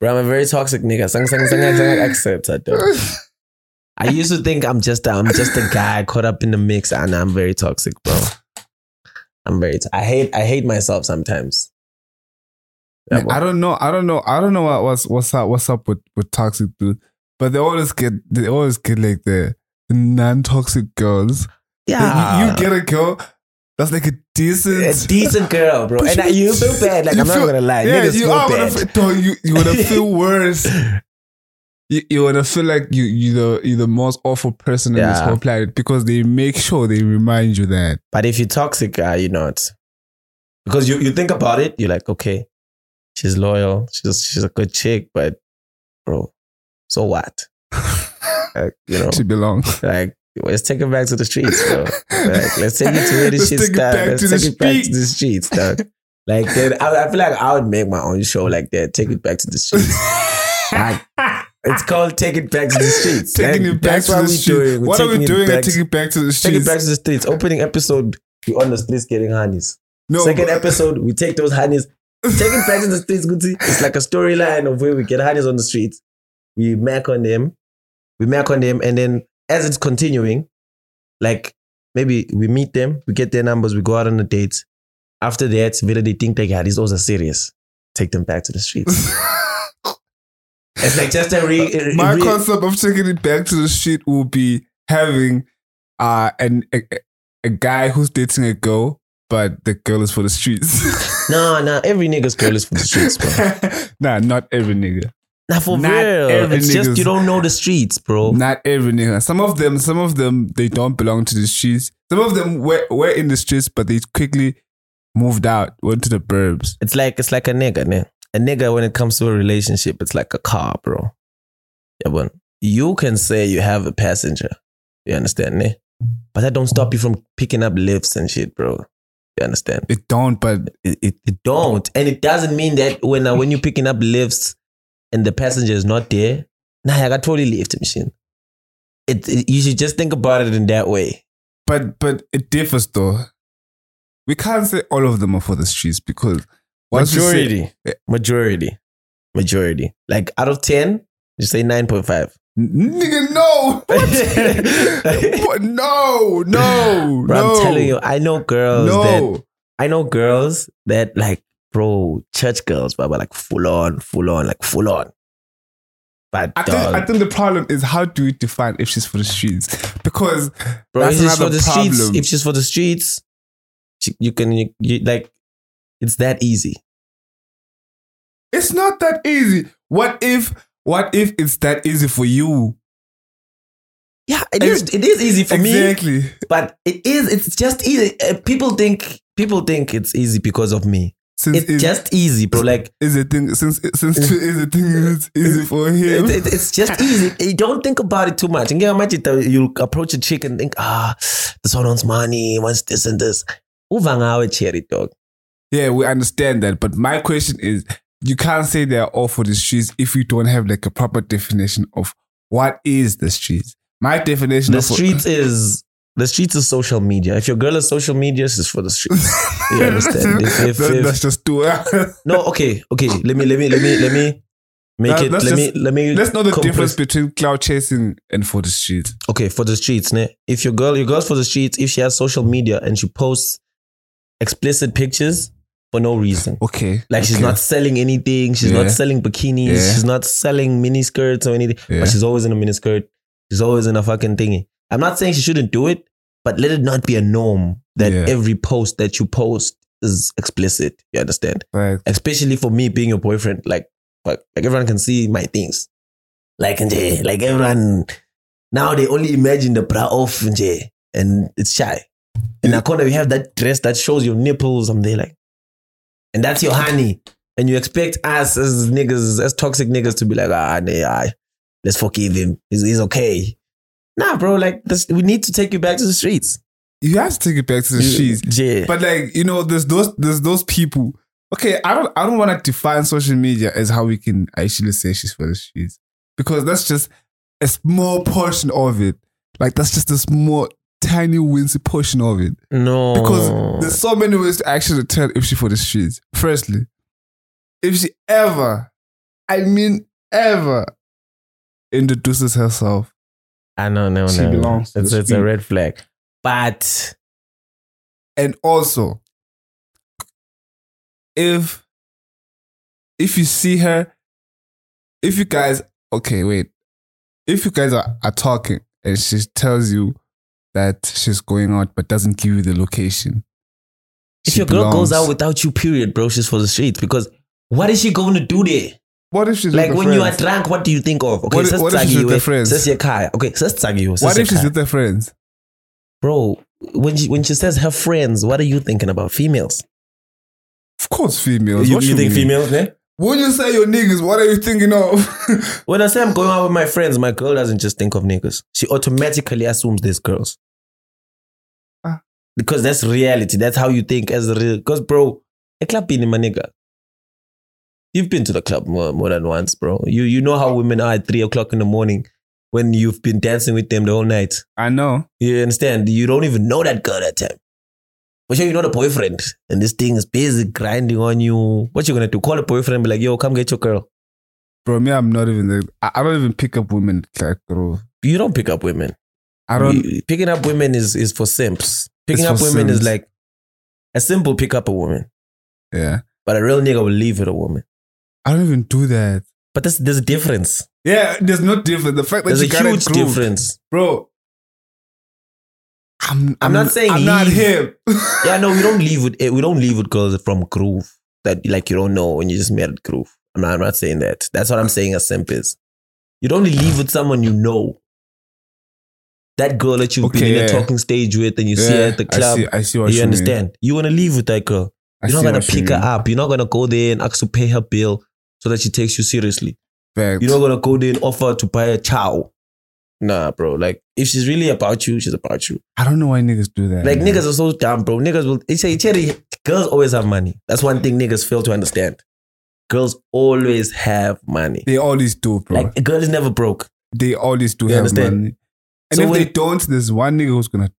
Bro, I'm a very toxic nigga. Sang sang sang sang sang, accept that though. I used to think I'm just a, I'm just a guy caught up in the mix, and I'm very toxic, bro. I'm very. T- I hate I hate myself sometimes. Yeah, Man, I don't know. I don't know. I don't know what, what's what's up. What's up with with toxic dudes? But they always get they always get like the non toxic girls. Like, you, you get a girl that's like a decent. Ah. a decent girl, bro, But and you- I, you feel bad. Like you I'm not feel- gonna lie, yeah, niggas you feel are bad. gonna feel, dog, you you wanna feel worse. You, you wanna feel like you you the you the most awful person on this Yeah. whole planet because they make sure they remind you that. But if you're toxic, uh, you're not. Because you, you think about it, you're like, okay, she's loyal, she's she's a good chick, but bro, so what? like, you know, She belongs. like let's take her back to the streets, bro. Like, let's take it to where the Let's shit's take it back done. Let's to the take it back to streets. the streets, dog. Like then I, I feel like I would make my own show like that. Take it back to the streets. Like, it's called Take It Back to the Streets. Taking And it back that's to the we streets. doing. We're What are taking we it doing? back at to- Taking it back to the Take it streets. back to the streets. Opening episode, we on the streets getting honeys. No, Second but- episode, we take those honeys. Take it back to the streets, Guti. It's like a storyline of where we get honeys on the streets. We mac on them. We mac on them. And then as it's continuing, like maybe we meet them, we get their numbers, we go out on a date. After that, whether they think they got these those are serious, take them back to the streets. It's like just a re. a- a My re- concept of taking it back to the street will be having uh an a, a- a guy who's dating a girl, but the girl is for the streets. No, no, every nigga's girl is from the streets, bro. nah, not every nigga. Nah, for Not real. every It's just nigga's- you don't know the streets, bro. Not every nigga. Some of them, some of them, they don't belong to the streets. Some of them were, were in the streets, but they quickly moved out, went to the burbs. It's like it's like a nigga, man. A nigga when it comes to a relationship, it's like a car, bro. Yeah, but you can say you have a passenger. You understand, ne? But that don't stop you from picking up lifts and shit, bro. You understand? They don't, but It, it, it don't, and it doesn't mean that when uh, when you're picking up lifts and the passenger is not there, nah, I got totally lift machine. It, it you should just think about it in that way. but but it differs though. We can't say all of them are for the streets because once you say- majority, majority, majority. Like out of ten, you say nine point five. Nigga, no. What? What? no, no, Bro, no. I'm telling you, I know girls that no. I know girls that like, bro, church girls, but like full on, full on, like full on. But I think, I think the problem is how do we define if she's for the streets? Because bro, that's if she's for another the streets, problem. if she's for the streets, she, you can you, you- like, it's that easy. it's not that easy. What if what if it's that easy for you? Yeah, it is. It is easy for me. exactly. but it is it's just easy Uh, people think people think it's easy because of me Since it's just easy bro like is a thing since since two is a thing it's easy for him. it, it- it's just easy you don't think about it too much and imagine you approach a chick and think ah this one wants money wants this and this Uva ngawe, cherry dog Yeah, we understand that. But my question is you can't say they're all for the streets if you don't have like a proper definition of what is the streets. My definition the of streets is the streets is social media if your girl is social media she's for the streets You understand? If- if- That- if- that's just too no okay okay let me let me let me let me make Now, it let let's me let me Let's know the compress- difference between cloud chasing and for the streets. okay for the streets ne? if your girl your girl's for the streets if she has social media and she posts explicit pictures for no reason Okay. like she's okay. not selling anything she's Yeah. not selling bikinis Yeah. she's not selling mini skirts or anything Yeah. but she's always in a mini skirt she's always in a fucking thingy i'm not saying she shouldn't do it but let it not be a norm that Yeah. every post that you post is explicit you understand Like, especially for me being your boyfriend, like fuck, like everyone can see my things. Like nje, like everyone now they only imagine the bra off nje, and it's shy. In the corner, we have that dress that shows your nipples. I'm there like, and that's your honey. And you expect us as niggas, as toxic niggas, to be like, ah, nee, ah, let's forgive him. He's, he's okay. Nah, bro, like this, we need to take you back to the streets. you have to take it back to the streets. Yeah. But like, you know, there's those there's those people. Okay, I don't I don't want to define social media as how we can actually say she's for the streets. Because that's just a small portion of it. Like that's just a small tiny wincy portion of it. no. Because Oh. there's so many ways to actually tell if she's for the streets. Firstly, if she ever I mean, ever introduces herself. I know, no, She no. no. belongs to It's, the it's a street. red flag. But And also, if if you see her, if you guys okay, wait. If you guys are, are talking and she tells you that she's going out but doesn't give you the location. if she your girl belongs- goes out without you, period, bro, she's for the streets because what is she going to do there? What if she's like with when her you are friends? drunk, what do you think of? Okay, What if- says what if she's with Tsagiwe, her friends? says Yakaya. Okay, says Tsagiwe, says What if she's Yakaya. with her friends? bro? When she when she says her friends, what are you thinking about? Females? Of course, females. What mean? females? eh? Then When you say your niggas, what are you thinking of? when I say I'm going out with my friends, my girl doesn't just think of niggas. She automatically assumes there's girls. Ah. Because that's reality. That's how you think as a real. Because bro, a club been in my nigga. You've been to the club more, more than once, bro. You you know how women are at three o'clock in the morning when you've been dancing with them the whole night. I know. You understand? You don't even know that girl that time. But sure, you know the boyfriend, and this thing is busy grinding on you. What you gonna do? Call the boyfriend and be like, "Yo, come get your girl." Bro, me, I'm not even. the- I, I don't even pick up women like bro. You don't pick up women. I don't. You- picking up women is is for simps. Picking It's up for women is simps. like a simple pick up a woman, Yeah, but a real nigga will leave with a woman. I don't even do that. But there's there's a difference. Yeah, there's no difference. The fact that There's you a got huge it groove, difference. bro. I'm. I'm, not saying I'm not leave. him. Yeah, no, we don't leave with eh, we don't leave with girls from groove that like you don't know when you just met at groove. I'm not, I'm not saying that. That's what I'm saying. A simp is you don't leave with someone you know. That girl that you've been Okay, in a yeah. talking stage with, and you see her Yeah, at the club. I see, I see what You you understand? You wanna leave with that girl. Mean. I You're not see gonna what you pick her mean. up. You're not gonna go there and ask to pay her bill so that she takes you seriously. Fact. You're not gonna go there and offer to buy a chow. Nah, bro. Like if she's really about you, she's about you. I don't know why niggas do that. Like man. niggas are so dumb, bro. Niggas will they say Cherry, girls always have money. That's one thing niggas fail to understand. Girls always have money. they always do, bro. Like a girl is never broke. they always do You have understand? money. And So if when- they don't, there's one nigga who's gonna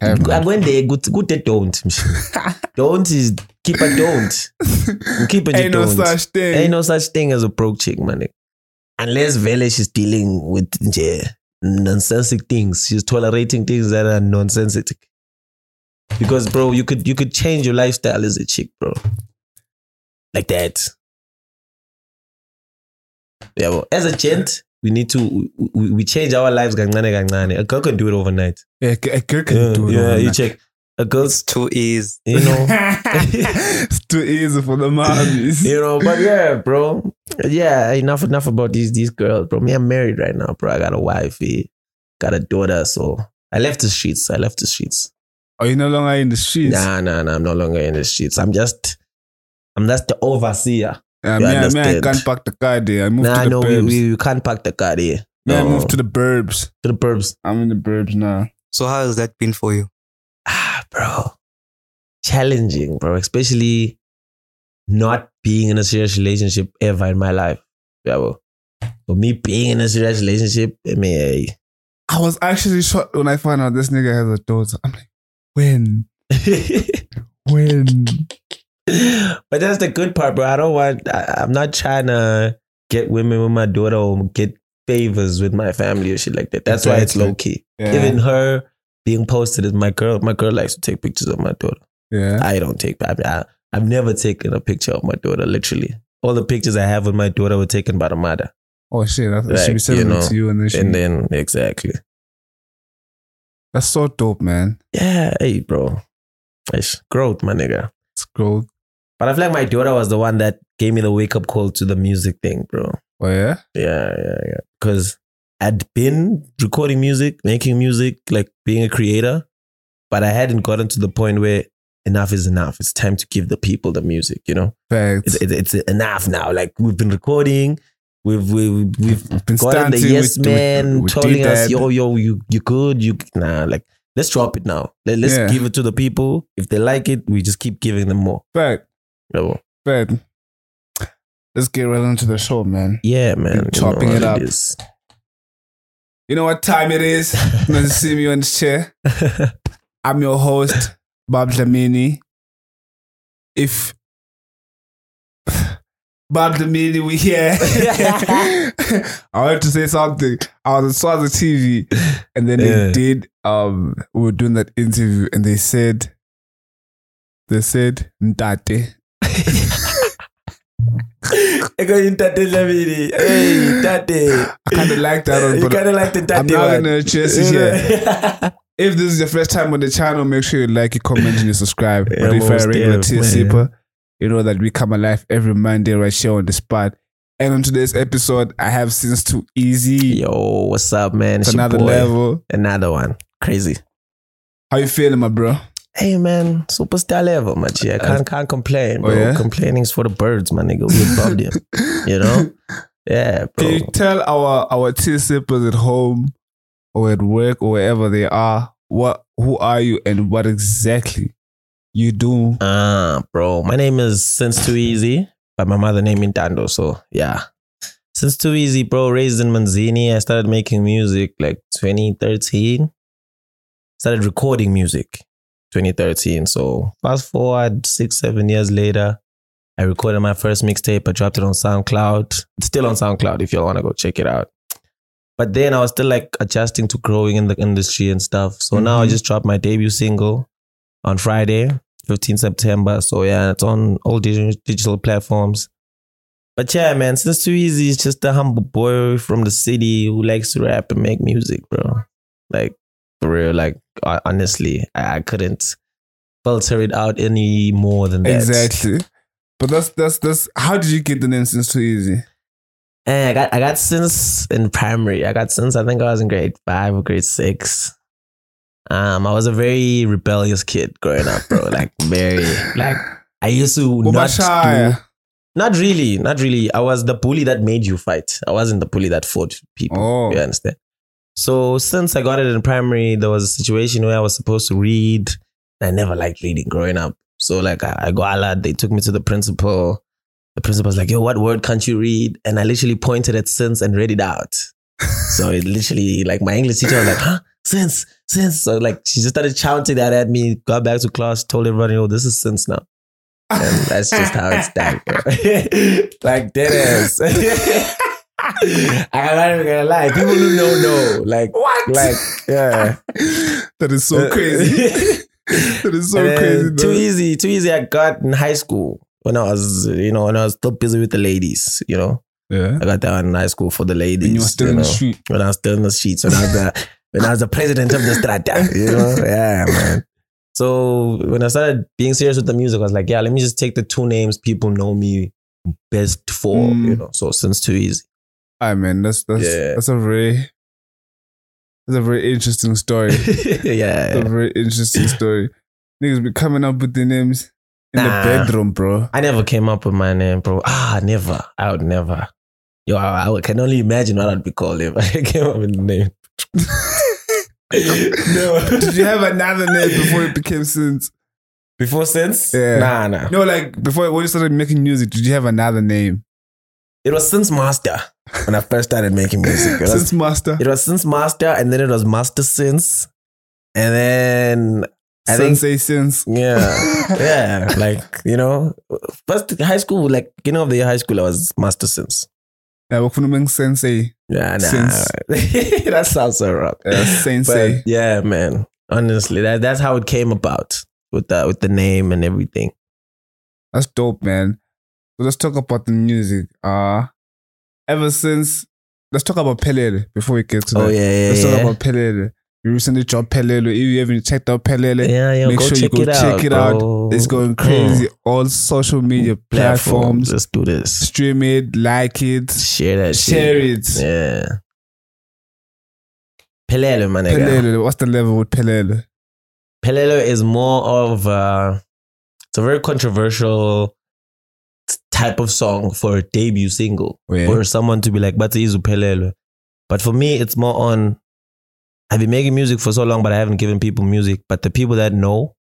have And money. when they good good they don't. don't is keep a don't. Keep it you Ain't no don't. such thing. Ain't no such thing as a broke chick, man. Unless Vele she's dealing with yeah, nonsensical things. She's tolerating things that are nonsensical. Because bro, you could you could change your lifestyle as a chick, bro. Like that. Yeah, well, as a gent, we need to we, we, we change our lives kancane kancane. A girl can do it overnight. Yeah, eh, a girl- a girl can Yeah, do it. yeah, overnight. you check. A girl's Two E's. you know it's too easy for the mommies. you know but yeah bro yeah enough enough about these these girls bro me i'm married right now bro i got a wife eh, got a daughter so i left the streets i left the streets Are you no longer in the streets? nah nah nah i'm no longer in the streets i'm just i'm just the overseer you Uh, me, I- me, I understand. can't park the car there. I moved nah to the no we, burbs. we, we can't park the car there Me, I No, moved to the burbs. to the burbs I'm in the burbs now. So how has that been for you? ah bro challenging bro especially not being in a serious relationship ever in my life yeah bro for me being in a serious relationship i mean eh, I was actually shocked when I found out this nigga has a daughter. I'm like, when? When? but that's the good part, bro. I don't want. I, I'm not trying to get women with my daughter or get favors with my family or shit like that. That's why it's Exactly. low key. Yeah. Even her being posted as my girl. My girl likes to take pictures of my daughter. yeah. I don't take. I, I, I've never taken a picture of my daughter. Literally, all the pictures I have with my daughter were taken by the mother. Oh shit! I thought Like, she be sending you it know, to you, and then she. And then exactly. that's so dope, man. Yeah, hey, bro. It's growth, my nigga. It's growth. But I feel like my daughter was the one that gave me the wake up call to the music thing, bro. Oh yeah. Yeah, yeah, yeah. Because I'd been recording music, making music, like being a creator, but I hadn't gotten to the point where enough is enough. It's time to give the people the music. You know, Facts. it's it's, it's enough now. Like we've been recording, we've we've we've Been gotten the stunting, yes we- we- man we did telling us that. yo yo you you good you nah like let's drop it now. Let, let's Yeah. give it to the people. If they like it, we just keep giving them more. Fact. Yo, Fact. Let's get right into the show, man. Yeah, man. you know chopping what it up. is. You know what time it is? nice to see me on this chair. I'm your host, Bob Dlamini. If Bob the minute we here. I wanted to say something. I was saw the TV, and then Yeah. they did. Um, we were doing that interview, and they said, they said Ndate. I got in Tate Lamini. Hey, Tate. I kind of like that one, You but kind of like the Tate I'm not one. gonna chase it here. If this is your first time on the channel, make sure you like, you comment, and you subscribe. Yeah, but I'm if you're a almost regular there, tier man. sleeper, you know that we come alive every Monday right here on the spot. And on today's episode, I have since too easy. Yo, what's up, man? It's It's your another boy. level. Another one. Crazy. How you feeling, my bro? Hey man, superstar level, my G. I can't can't complain, Uh, Oh, bro. yeah? Complaining's for the birds, my nigga. We above them. You know? Yeah, bro. Can you tell our our tea sippers at home or at work or wherever they are what who are you and what exactly you do? Ah, bro. My name is Since Too Easy, but my mother named me Tando. So yeah. Since Too Easy, bro, raised in Manzini, I started making music like 2013. Started recording music 2013. So fast forward six, seven years later, I recorded my first mixtape. I dropped it on SoundCloud. It's still on SoundCloud if you all want to go check it out. But then I was still like adjusting to growing in the industry and stuff. So now I Mhm. just dropped my debut single on Friday. 15 September. So yeah, it's on all digi- digital platforms. But yeah, man, since too easy, it's just a humble boy from the city who likes to rap and make music, bro. Like for real, like I, honestly, I, I couldn't filter it out any more than that. Exactly. But that's that's that's how did you get the name since too easy? And I got I got since in primary. I got since I think I was in grade five or grade six. Um, I was a very rebellious kid growing up, bro. Like very, like I used to not do Bumashaya. Not really, not really. I was the bully that made you fight. I wasn't the bully that fought people. Oh. You understand? So since I got it in primary, there was a situation where I was supposed to read. I never liked reading growing up. So like I, I got allowed. They took me to the principal. The principal's like, "Yo, what word can't you read?" And I literally pointed at since and read it out. so it literally like my English teacher was like, "Huh, since, since." So like she just started shouting that at me. Got back to class, told everybody, "Yo, this is since now." And that's just how it's done, bro. like dead ass. I'm not even gonna lie. People who know know. Like What? like uh, yeah. that is so crazy. that is so And then crazy. Too though. easy. Too easy. I got in high school when I was you know when I was still busy with the ladies. You know Yeah. I got that one in high school for the ladies. When you were still in the know, street. When I was still in the streets. When I was the when I was the president of the strata. You know yeah man. So when I started being serious with the music, I was like, yeah, let me just take the two names people know me best for. Mm. You know, so since too easy. I man, that's that's Yeah. that's a very that's a very interesting story. That's yeah. a very interesting story. Niggas be coming up with the names in Nah. the bedroom, bro. I never came up with my name, bro. Ah, never. I would never. Yo, I, I would- can only imagine what I'd be called if I came up with the name. Did no. you have another name before it became Sins? Before since? Yeah. Nah, nah. No, like before when you started making music, did you have another name? It was since master when I first started making music. It was, Since Master. it was since master, and then it was master since, and then I think Sensei Sins. yeah. yeah, like you know, first high school, like beginning of the year high school, I was master since. Yeah, Wafunumeng Sensei. Yeah, nah. Since- that sounds so wrong. Uh, But sensei. yeah, man. Honestly, that that's how it came about with the with the name and everything. That's dope, man. So let's talk about the music. Uh ever since let's talk about Pelele before we get to Oh that. yeah, Let's yeah, talk yeah. about Pelele. You recently dropped Pelele. If you haven't checked out Pelele, Yeah, oh, yeah. Make go sure you check go it check out. it out. bro. Hmm. it's going crazy. All social media platforms. Let's do this. Stream it, like it, Share that. share shit. it. Yeah. Pelelo, my nigga. Pelele, what's the level with Pelele? Pelelo is more of a, it's a very controversial type of song for a debut single for someone to be like but izu Pelelo. But for me, it's more on I've been making music for so long, but I haven't given people music. But the people that know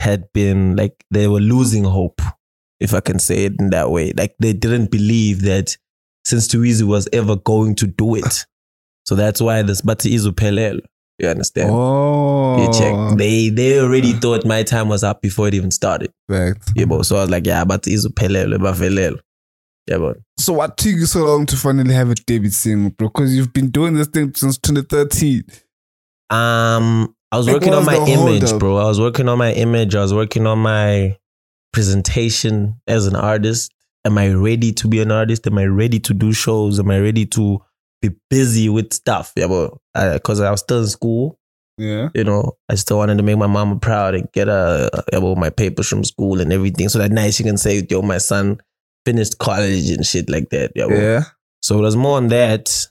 had been like they were losing hope, if I can say it in that way. Like they didn't believe that since Too Easy was ever going to do it. So that's why this Bati Izu Pelelo. You understand? Oh, You check. They they already thought my time was up before it even started. Fact. You know, so I was like, yeah, but it's a pelelo, but felelo. Yeah, but So what took you so long to finally have a debut single, bro? Because you've been doing this thing since 2013. um, I was Like, working what on was my the hold image, up? bro. I was working on my image. I was working on my presentation as an artist. Am I ready to be an artist? Am I ready to do shows? Am I ready to be busy with stuff? Yeah, but because I was still in school, Yeah. you know, I still wanted to make my mama proud and get uh, yeah, well, my papers from school and everything, so that night she can say, "Yo, my son finished college and shit like that." Yeah, well. Yeah. So it was more on that.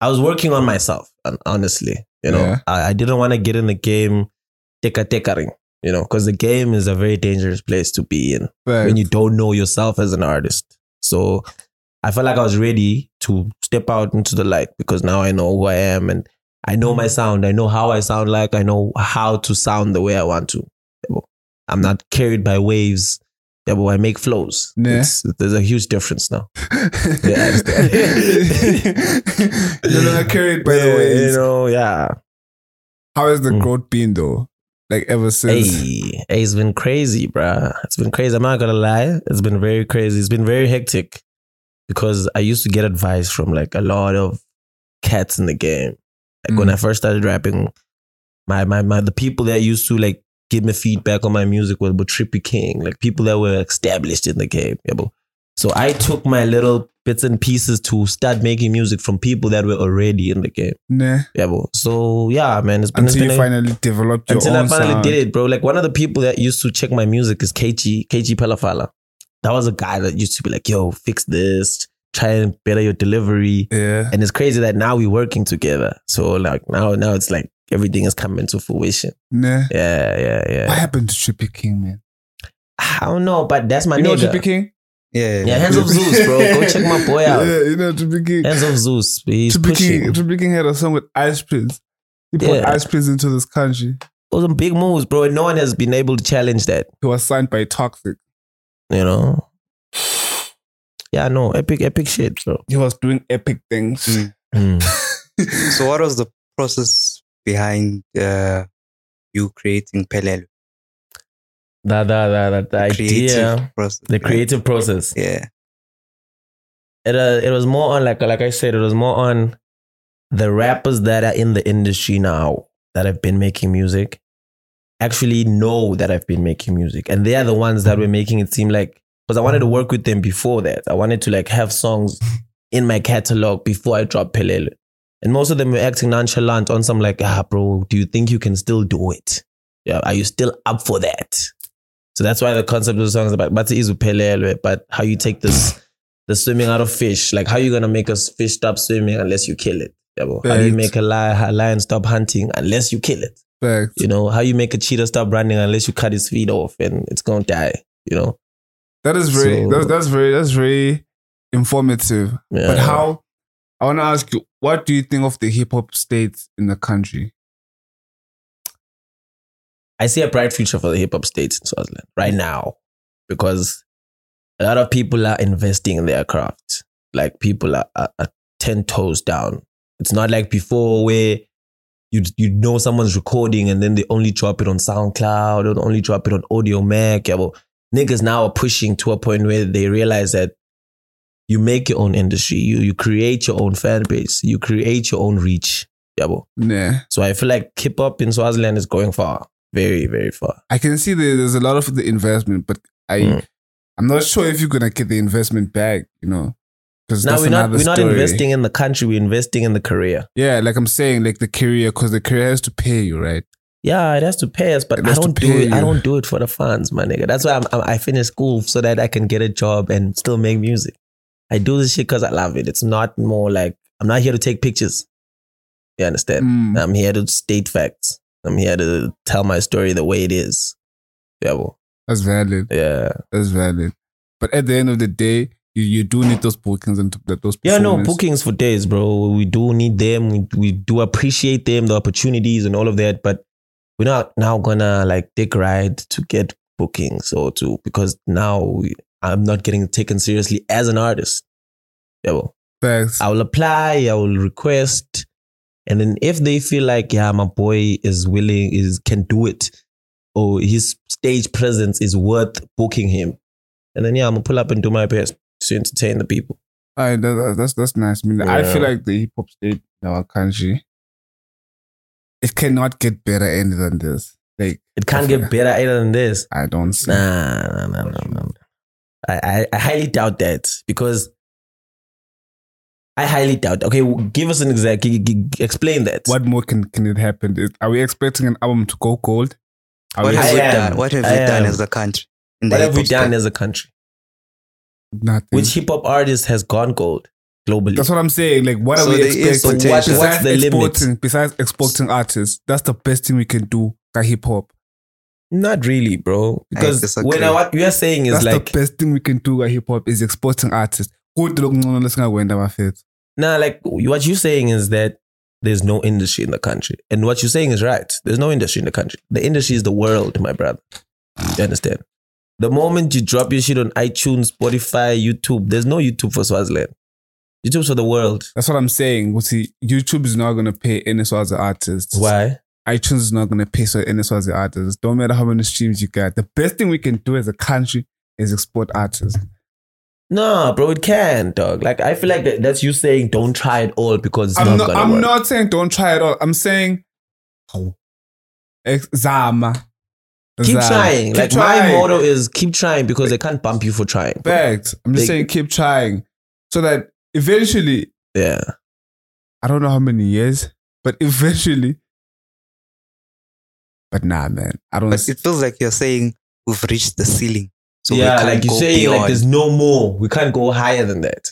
I was working on myself, hon- honestly. You know, Yeah. I, I didn't want to get in the game teka tekering, you know, because the game is a very dangerous place to be in But when you don't know yourself as an artist. So I felt like I was ready to step out into the light because now I know who I am and I know my sound. I know how I sound like. I know how to sound the way I want to. Yabo. I'm not carried by waves. Yeah, but I make flows. Yeah. It's- There's a huge difference now. I understand. You're not carried by the Yeah, way. You know, yeah. How has the Mm. growth been though? Like ever since. Hey, hey, it's been crazy, bruh. It's been crazy. I'm not gonna lie. It's been very crazy. It's been very hectic because I used to get advice from like a lot of cats in the game. Like when Mm. I first started rapping, my my my the people that used to like give me feedback on my music was but Trippy King, like people that were established in the game. Yeah, bro. So I took my little bits and pieces to start making music from people that were already in the game. Nah. Yeah, bro. So yeah, man, it's been, it's Until been you a- finally developed your until own I finally sound. did it, bro. Like one of the people that used to check my music is KG KG Palafala. That was a guy that used to be like, "Yo, fix this, try and better your delivery." Yeah. And it's crazy that now we're working together. So like now, now it's like everything is coming to fruition. Nah. Yeah, yeah, What yeah. happened to Trippy King, man? I don't know, but that's my you know nigga. Trippy King? Yeah. Yeah, Hands of Zeus, bro. Go check my boy out. Yeah, you know Trippy King. Hands of Zeus. He's Trippy King, pushing. Trippy King had a song with Ice Prince. He put Yeah. Ice Prince into this country. Those are big moves, bro. And no one has been able to challenge that. He was signed by Toxic. You know. Yeah, no, epic, epic shit, bro. He was doing epic things. Mm. Mm. So what was the process behind uh, you creating Pelelo? That, that, that, that, the idea. Creative process. the creative process. Yeah. It uh, it was more on like like I said, it was more on the rappers that are in the industry now that have been making music actually know that I've been making music, and they are the ones that were making it seem like because I wanted to work with them before that. I wanted to like have songs in my catalog before I dropped Pelele. And most of them were acting nonchalant on some like, ah, bro, do you think you can still do it? Yeah, are you still up for that? So that's why the concept of the song is about but is Pelele, but how you take this the swimming out of fish, like how you gonna make a fish stop swimming unless you kill it? Yeah, bro. How do you Right. make a lion, a lion stop hunting unless you kill it? Facts. You know, how you make a cheetah stop running unless you cut his feet off and it's gonna die, you know? That is very So- that's that's very that's very informative. Yeah. But how I wanna ask you, what do you think of the hip hop state in the country? I see a bright future for the hip hop states in Swaziland right now because a lot of people are investing in their craft. Like people are, are, are 10 toes down. It's not like before where you you know someone's recording and then they only drop it on SoundCloud or only drop it on Audio Mac. Yeah, well, niggas now are pushing to a point where they realize that you make your own industry, you you create your own fan base, you create your own reach. Yeah, well, Nah. so I feel like hip hop in Swaziland is going far, very, very far. I can see there, there's a lot of the investment, but I Mm. I'm not sure if you're gonna get the investment back, you know. Because Now that's we're not another we're not story. investing in the country, we're investing in the career. Yeah, like I'm saying, like the career, because the career has to pay you, right? Yeah, it has to pay us, but It I has to don't do pay it. I you. don't do it for the fans, my nigga. That's why I'm, I'm, I finish school so that I can get a job and still make music. I do this shit because I love it. It's not more like I'm not here to take pictures. You understand? Mm. I'm here to state facts. I'm here to tell my story the way it is. Yeah, well, That's valid. yeah. That's valid. But at the end of the day, you, you do need those bookings and th- those Yeah, no, performances. bookings for days, bro. We do need them. We, we do appreciate them, the opportunities and all of that. But we're not now gonna like take ride to get bookings or to because now we, I'm not getting taken seriously as an artist. Yeah, well, Facts. I will apply. I will request, and then if they feel like yeah, my boy is willing, is can do it, or his stage presence is worth booking him, and then yeah, I'm gonna pull up and do my best. to entertain the people. I, that, that- that's that's nice. I mean, I Yeah. feel like the hip hop state in our country, it cannot get better any than this. Like It can't get better either than this. I don't see. Nah, nah, nah, nah, nah. I, I, I highly doubt that because I highly doubt. Okay, w- give us an exact. g- g- g- Explain that. What more can can it happen? Is, are we expecting an album to go gold? Are What we I have we am. done? What have we I done am. as a country? in the What have we hip-hop space? done as a country? nothing? Which hip hop artist has gone gold globally? Hmm. that's what I'm saying. Like, what So are we there is expecting? potential. besides What's the limit? exporting, besides exporting artists, that's the best thing we can do. Like hip hop. Not really, bro. Because disagree. when I, what you are saying is That's like, the best thing we can do. Like hip hop is exporting artists. Good look, no, no, let's not go into my face. nah, like what you're saying is that there's no industry in the country, and what you're saying is right. There's no industry in the country. The industry is the world, my brother. You understand? The moment you drop your shit on iTunes, Spotify, YouTube, there's no YouTube for Swaziland. YouTube's for the world. That's what I'm saying. Well, see, YouTube is not going to pay any sort of artists. Why? iTunes is not going to pay so any sort of artists. Don't matter how many streams you get. The best thing we can do as a country is export artists. No, bro, it can, dog. Like I feel like that, that's you saying don't try it all because it's I'm not, not. gonna I'm work. not saying don't try at all. I'm saying, oh, ex- Zama. keep Zama. trying. Keep like my trying. motto is keep trying because they can't bump you for trying. bro. Facts. I'm just They- saying, keep trying, so that eventually, Yeah. I don't know how many years, but eventually. But nah, man, I don't. But it feels like you're saying we've reached the ceiling. So we yeah, can't like go you're saying, beyond. like there's no more. We can't go higher than that.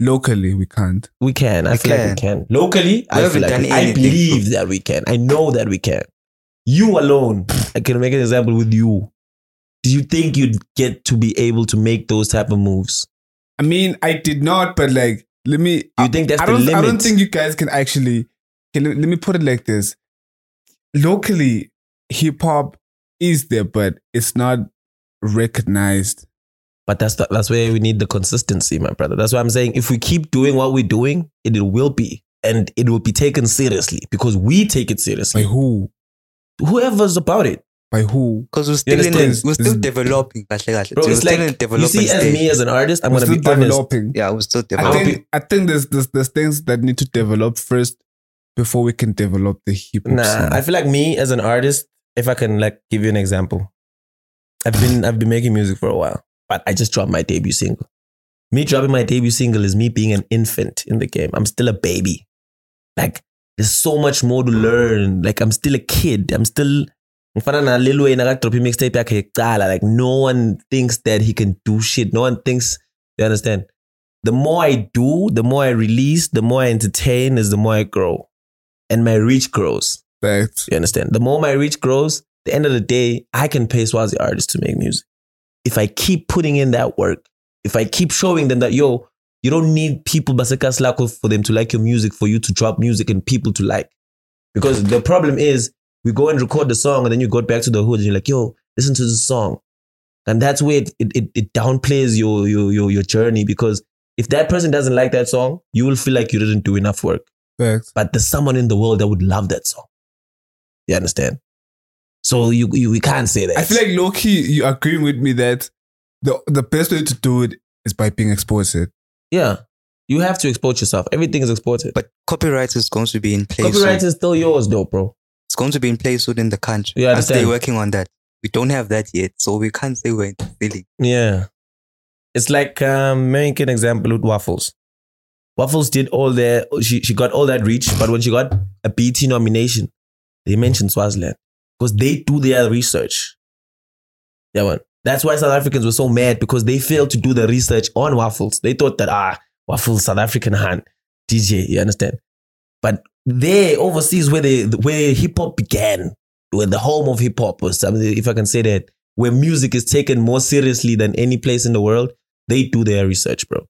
locally, we can't. We can. I We feel like we can. Locally, I haven't feel like done we- I anything. believe that we can. I know that we can. You alone, I can make an example with you. Do you think you'd get to be able to make those type of moves? I mean, I did not, but like, let me. You think that's I don't, the limit? I don't think you guys can actually. Okay, let, let me put it like this: locally, hip hop is there, but it's not recognized. but that's the, that's where we need the consistency, my brother. That's why I'm saying if we keep doing what we're doing, it, it will be. And it will be taken seriously because we take it By seriously. who? Whoever's about it. By who? because we're still in understand? a, we're still This- developing. Bro, Bro, we're it's still like, in a you development see, as stage. me as an artist, I'm We're going to still be honest. developing. yeah, we're still I I'll developing. think. I think there's, there's there's things that need to develop first before we can develop the hip hop. Nah, I feel like me as an artist, if I can like give you an example, I've been I've been making music for a while, but I just dropped my debut single. Me dropping my debut single is me being an infant in the game. I'm still a baby. Like there's so much more to learn. Like I'm still a kid. I'm still mfana na Lil Wayne akadropha i-mixtape yakhe yokuqala. like no one thinks that he can do shit. No one thinks you understand. The more I do, the more I release, the more I entertain, is the more I grow. And my reach grows. Facts. You understand? The more my reach grows, the end of the day, I can pay Swazi artists to make music. If I keep putting in that work, if I keep showing them that, yo, you don't need people baseka slako for them to like your music, for you to drop music and people to like. Because the problem is we go and record the song and then you go back to the hood and you're like, yo, listen to this song. And that's where it, it, it, it downplays your, your, your, your journey because if that person doesn't like that song, you will feel like you didn't do enough work Facts. but there's someone in the world that would love that song. You understand? So you, you we can't say that. I feel like low key, you agreeing with me that the the best way to do it is by being exported. yeah, you have to export yourself. Everything is exported. But copyright is going to be in place. Copyright soon. is still yours though, bro. It's going to be in place within the country. You As understand? they're working on that. We don't have that yet, so we can't say we're in the ceiling. Yeah, it's like um, making example with waffles. Waffles did all their she she got all that reach, but when she got a BT nomination, they mentioned Swaziland because they do their research. Yeah, man. That's why South Africans were so mad because they failed to do the research on waffles. They thought that ah, waffles South African hand DJ. You understand? But they overseas where they where hip hop began, where the home of hip hop or something, if I can say that, where music is taken more seriously than any place in the world, they do their research, bro.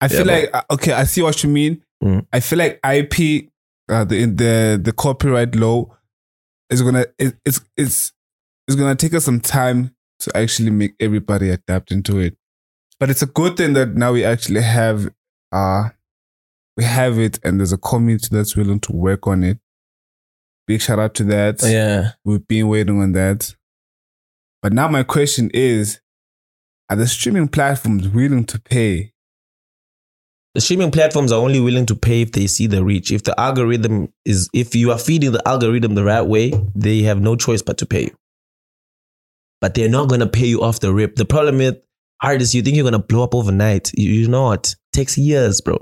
I feel Yeah, like uh, okay, I see what you mean. Mm. I feel like IP, uh, the the the copyright law is gonna it, it's it's it's gonna take us some time to actually make everybody adapt into it. But it's a good thing that now we actually have uh we have it, and there's a community that's willing to work on it. Big shout out to that Oh, Yeah. we've been waiting on that. But now my question is, Are the streaming platforms willing to pay? The streaming platforms are only willing to pay if they see the reach. If the algorithm is, if you are feeding the algorithm the right way, they have no choice but to pay you. But they're not going to pay you off the rip. The problem with artists, you think you're going to blow up overnight. You- You're not. Takes years, bro.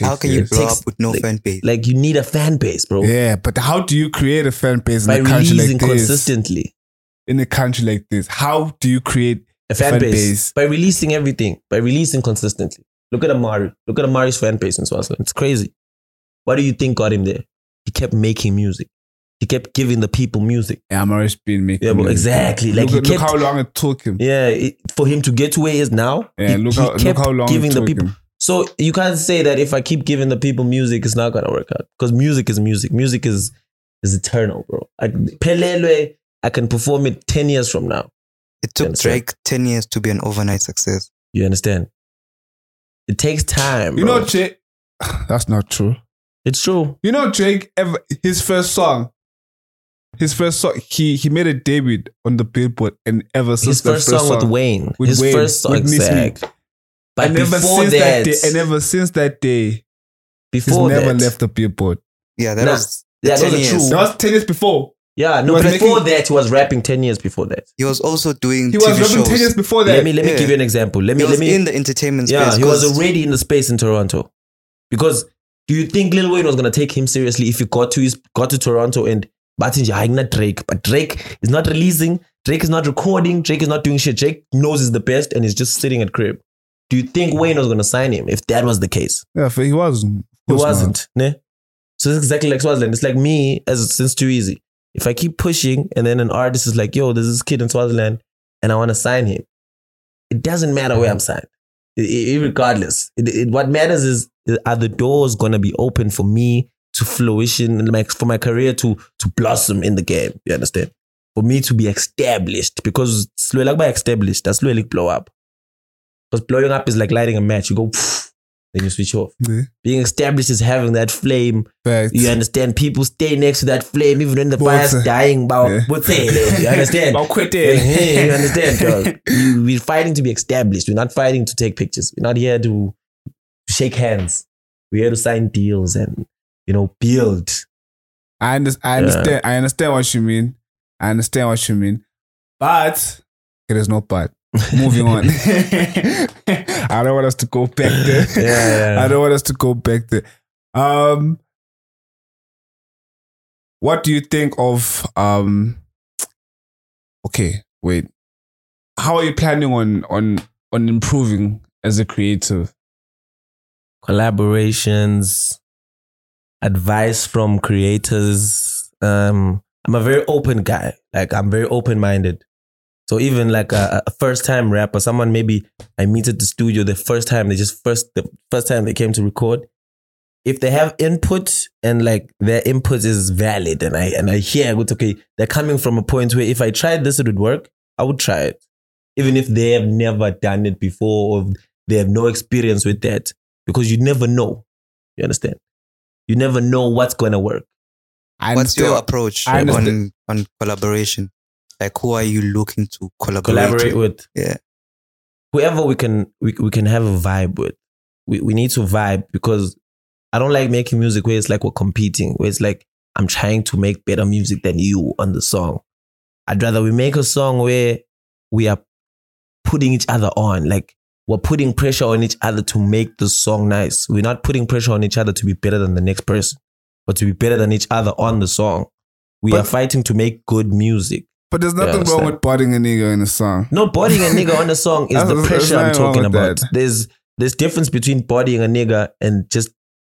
How can you Takes blow Takes- up with no like- fan page? Like you need a fan base, bro. years. Yeah, but how do you create a fan base in By a country releasing like this? consistently. In a country like this, how do you create? A fan, Fan base. base. By releasing everything. By releasing consistently. Look at Amari. Look at Amari's fan base in Swaziland. It's crazy. What do you think got him there? He kept making music. He kept giving the people music. Yeah, Amarish been making. Yeah, but music. exactly. Like look, he kept, look how long it took him. yeah, it, for him to get to where he is now. Yeah, he, look, he how, look kept how long giving it the took people. him. So you can't say that if I keep giving the people music, it's not gonna work out because music is music. Music is is eternal, bro. Like Pelele, I can perform it ten years from now. It took Understand. Drake 10 years to be an overnight success. You understand? It takes time. You bro. know, Drake. That's not true. it's true. You know, Drake. Ever, his first song. His first song. He he made a debut on the Billboard, and ever His since the first, song, with Wayne. with his Wayne, first song, with Miss Me. exact. But and ever before since that, that, day, and ever since that day, he's before never that, left the Billboard. Yeah, that Nah. was yeah, 10 those are years. true. That was ten years before. yeah, He no, was before making- that he was rapping ten years before that. He was also doing He TV was rapping shows. ten years before that. let me let me yeah. give you an example. Let me He was let me in the entertainment space. yeah, he was 'cause already in the space in Toronto. Because do you think Lil Wayne was gonna take him seriously if he got to his got to Toronto and but not Drake, but Drake is not releasing, Drake is not recording, Drake is not doing shit. Drake knows he's the best and he's just sitting at crib. Do you think Wayne was gonna sign him if that was the case? Yeah, but he wasn't. He Of course not. wasn't. Ne? So it's exactly like Swaziland. It's like me as since too easy. If I keep pushing and then an artist is like, yo, there's this kid in Swaziland and I want to sign him, it doesn't matter where I'm Mm-hmm. signed. I- I- regardless, It- it- what matters is is are the doors gonna be open for me to fruition and my, for my career to to blossom in the game. You understand? For me to be established because slowly like by established, that's slowly blow up. Because blowing up is like lighting a match. You go, then you switch off Yeah. being established is having that flame. Facts. You understand? People stay next to that flame even when the Both. fire's dying. But Yeah. but say, you understand? I'll quit Yeah, it. yeah, you understand, dog. You- We're fighting to be established. We're not fighting to take pictures. We're not here to shake hands. We're here to sign deals and you know build. I, under- I Yeah. understand. I understand what you mean. I understand what you mean. But it is not bad. Moving on. I don't want us to go back there. Yeah, yeah. I don't want us to go back there. Um, what do you think of? Um, okay, wait. How are you planning on on on improving as a creative? Collaborations, advice from creators. Um, I'm a very open guy. Like I'm very open minded. So even like a, a first time rapper, someone maybe I meet at the studio the first time they just first the first time they came to record. If they have input and like their input is valid and I and I hear good okay, they're coming from a point where if I tried this it would work, I would try it. Even if they have never done it before or they have no experience with that. Because you never know. You understand? You never know what's gonna work. I What's understand- your approach I on, understand. on collaboration? Like, who are you looking to collaborate, Collaborate with? with Yeah. whoever we can we, we can have a vibe with we, we need to vibe because i don't like making music where it's like we're competing where it's like i'm trying to make better music than you on the song i'd rather we make a song where we are putting each other on like we're putting pressure on each other to make the song nice we're not putting pressure on each other to be better than the next person or to be better than each other on the song we But- are fighting to make good music But there's Yeah, I nothing wrong understand. with butting a nigga in a song. No, bodying a nigga on a song is That's- the there's pressure I'm nothing wrong talking with about. that. There's there's difference between bodying a nigga and just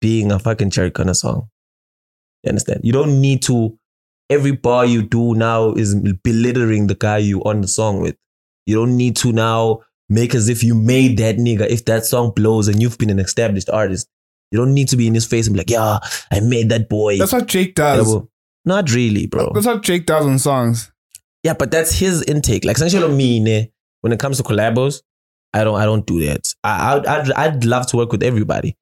being a fucking jerk on a song. You understand? You don't need to. Every bar you do now is belittling the guy you on the song with. You don't need to now make as if you made that nigga. If that song blows and you've been an established artist, you don't need to be in his face and be like, "Yeah, I made that boy." That's what Drake Yeah, does. well, Not really, bro. That's what Drake does on songs. Yeah, but that's his intake. Like essentially me, ne, when it comes to collabos, I don't I don't do that. I I'd I'd, I'd love to work with everybody.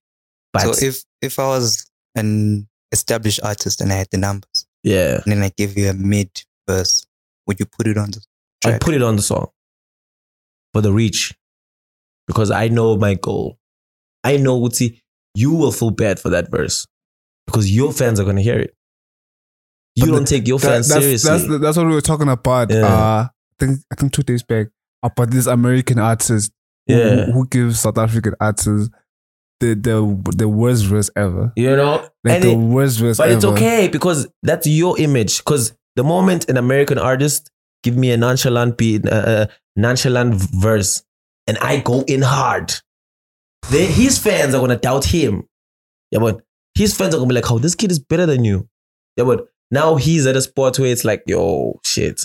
But So, if, if I was an established artist and I had the numbers, yeah, and then I give you a mid verse, would you put it on the I'd track? put it on the song for the reach. because I know my goal. I know Uti, you will feel bad for that verse because your fans are gonna hear it. You But don't take your That- fans that's, seriously. that's that's what we were talking about. Yeah. Uh, I think I think two days back about this American artist who- Yeah. who, gives South African artists the the the worst verse ever. you know, Like And the it- worst verse but ever. it's okay because that's your image. Because the moment an American artist give me a nonchalant beat, uh, uh, nonchalant verse, and I go in hard, they, his fans are gonna doubt him. Yeah, but his fans are gonna be like, "Oh, this kid is better than you." Yeah, but now he's at a spot where it's like, "Yo, shit,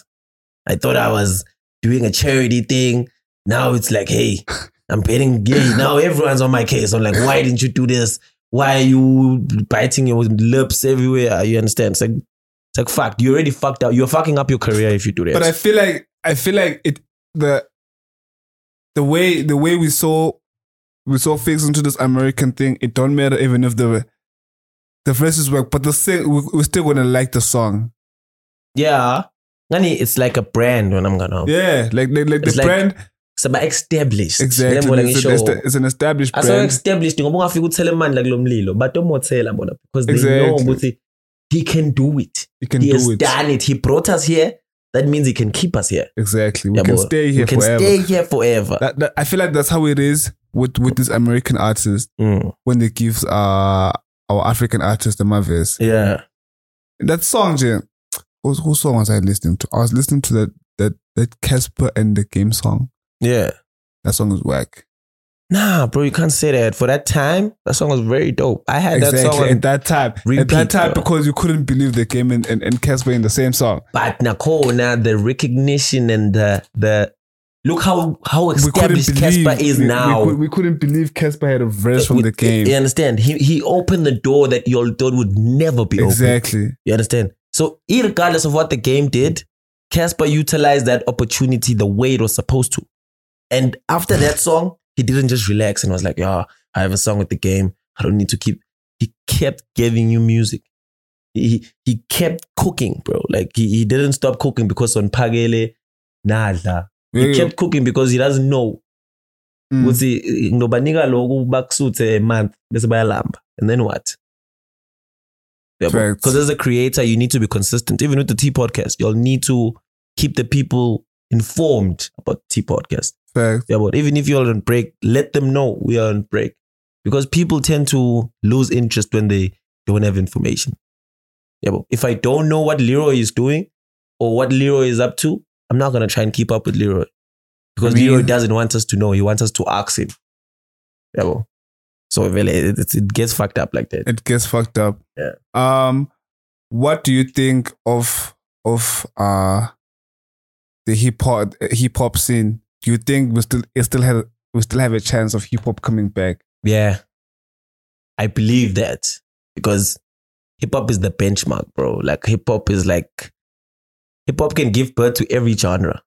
I thought I was doing a charity thing. Now it's like, hey, I'm getting gay. Now everyone's on my case. I'm like, why didn't you do this? Why are you biting your lips everywhere? You understand? It's like, it's like fuck. You already fucked up. You're fucking up your career if you do this. But I feel like I feel like it the the way the way we saw we saw fixed into this American thing. It don't matter even if the the verses work, but the sing we, we're still gonna like the song. yeah. Nani, it's like a brand when I'm gonna. Yeah, like like, like the Oh. It's like- brand It's about established. exactly. Ngiyabona It's, an- ngisho- it's the- it's an established I saw brand. established ngoba ungafika uthele mani la kulo mlilo batomothela bona because they know Exactly. ukuthi he can do it. you can he has do it done it. He brought us here. That means he can keep us here. exactly. We Yeah, can but stay We here can forever. stay here forever. That, that, I feel like that's how it is with with these American artists Mm. when they give uh our African artists the Mavis. Yeah. That song, Jim. Whose, whose song was I listening to? I was listening to that that that Casper and the Game song. Yeah. That song is whack. Nah, bro, you can't say that. For that time, that song was very dope. I had that song Exactly. on At that time, at repeat, that time, bro. because you couldn't believe the game and, and, and Casper in the same song. But Nakona, the recognition and the the look how how We couldn't established believe Casper is we, now. We, could, we couldn't believe Casper had a verse from With- the game. You understand? He he opened the door that y'all thought would never be open. exactly. You understand? So regardless of what the game did, Casper utilized that opportunity the way it was supposed to. And after that song, he didn't just relax and was like, yeah, I have a song with the game. I don't need to keep. He kept giving you music. He he kept cooking, bro. Like he, he didn't stop cooking because on Pagele, nada. He Yeah, kept cooking because he doesn't know. eh, mm. Ukuthi ngizobanika loku bakusuthe a month bese bayalamba. And then what? Facts. Because as a creator, you need to be consistent. Even with the T podcast, you'll need to keep the people informed about T podcast. Fact. Yeah, but even if you're on break, let them know we are on break. Because people tend to lose interest when they don't have information. Yeah, but if I don't know what Leroy is doing or what Leroy is up to, I'm not gonna try and keep up with Leroy. Because I mean- Leroy doesn't want us to know, he wants us to ask him. Yeah, but so really, it, it, it gets fucked up like that. it gets fucked up. Yeah. Um, what do you think of of uh the hip hop hip hop scene? Do you think we still it still have we still have a chance of hip hop coming back? Yeah. I believe that because hip hop is the benchmark, bro. Like hip hop is like hip hop can give birth to every genre.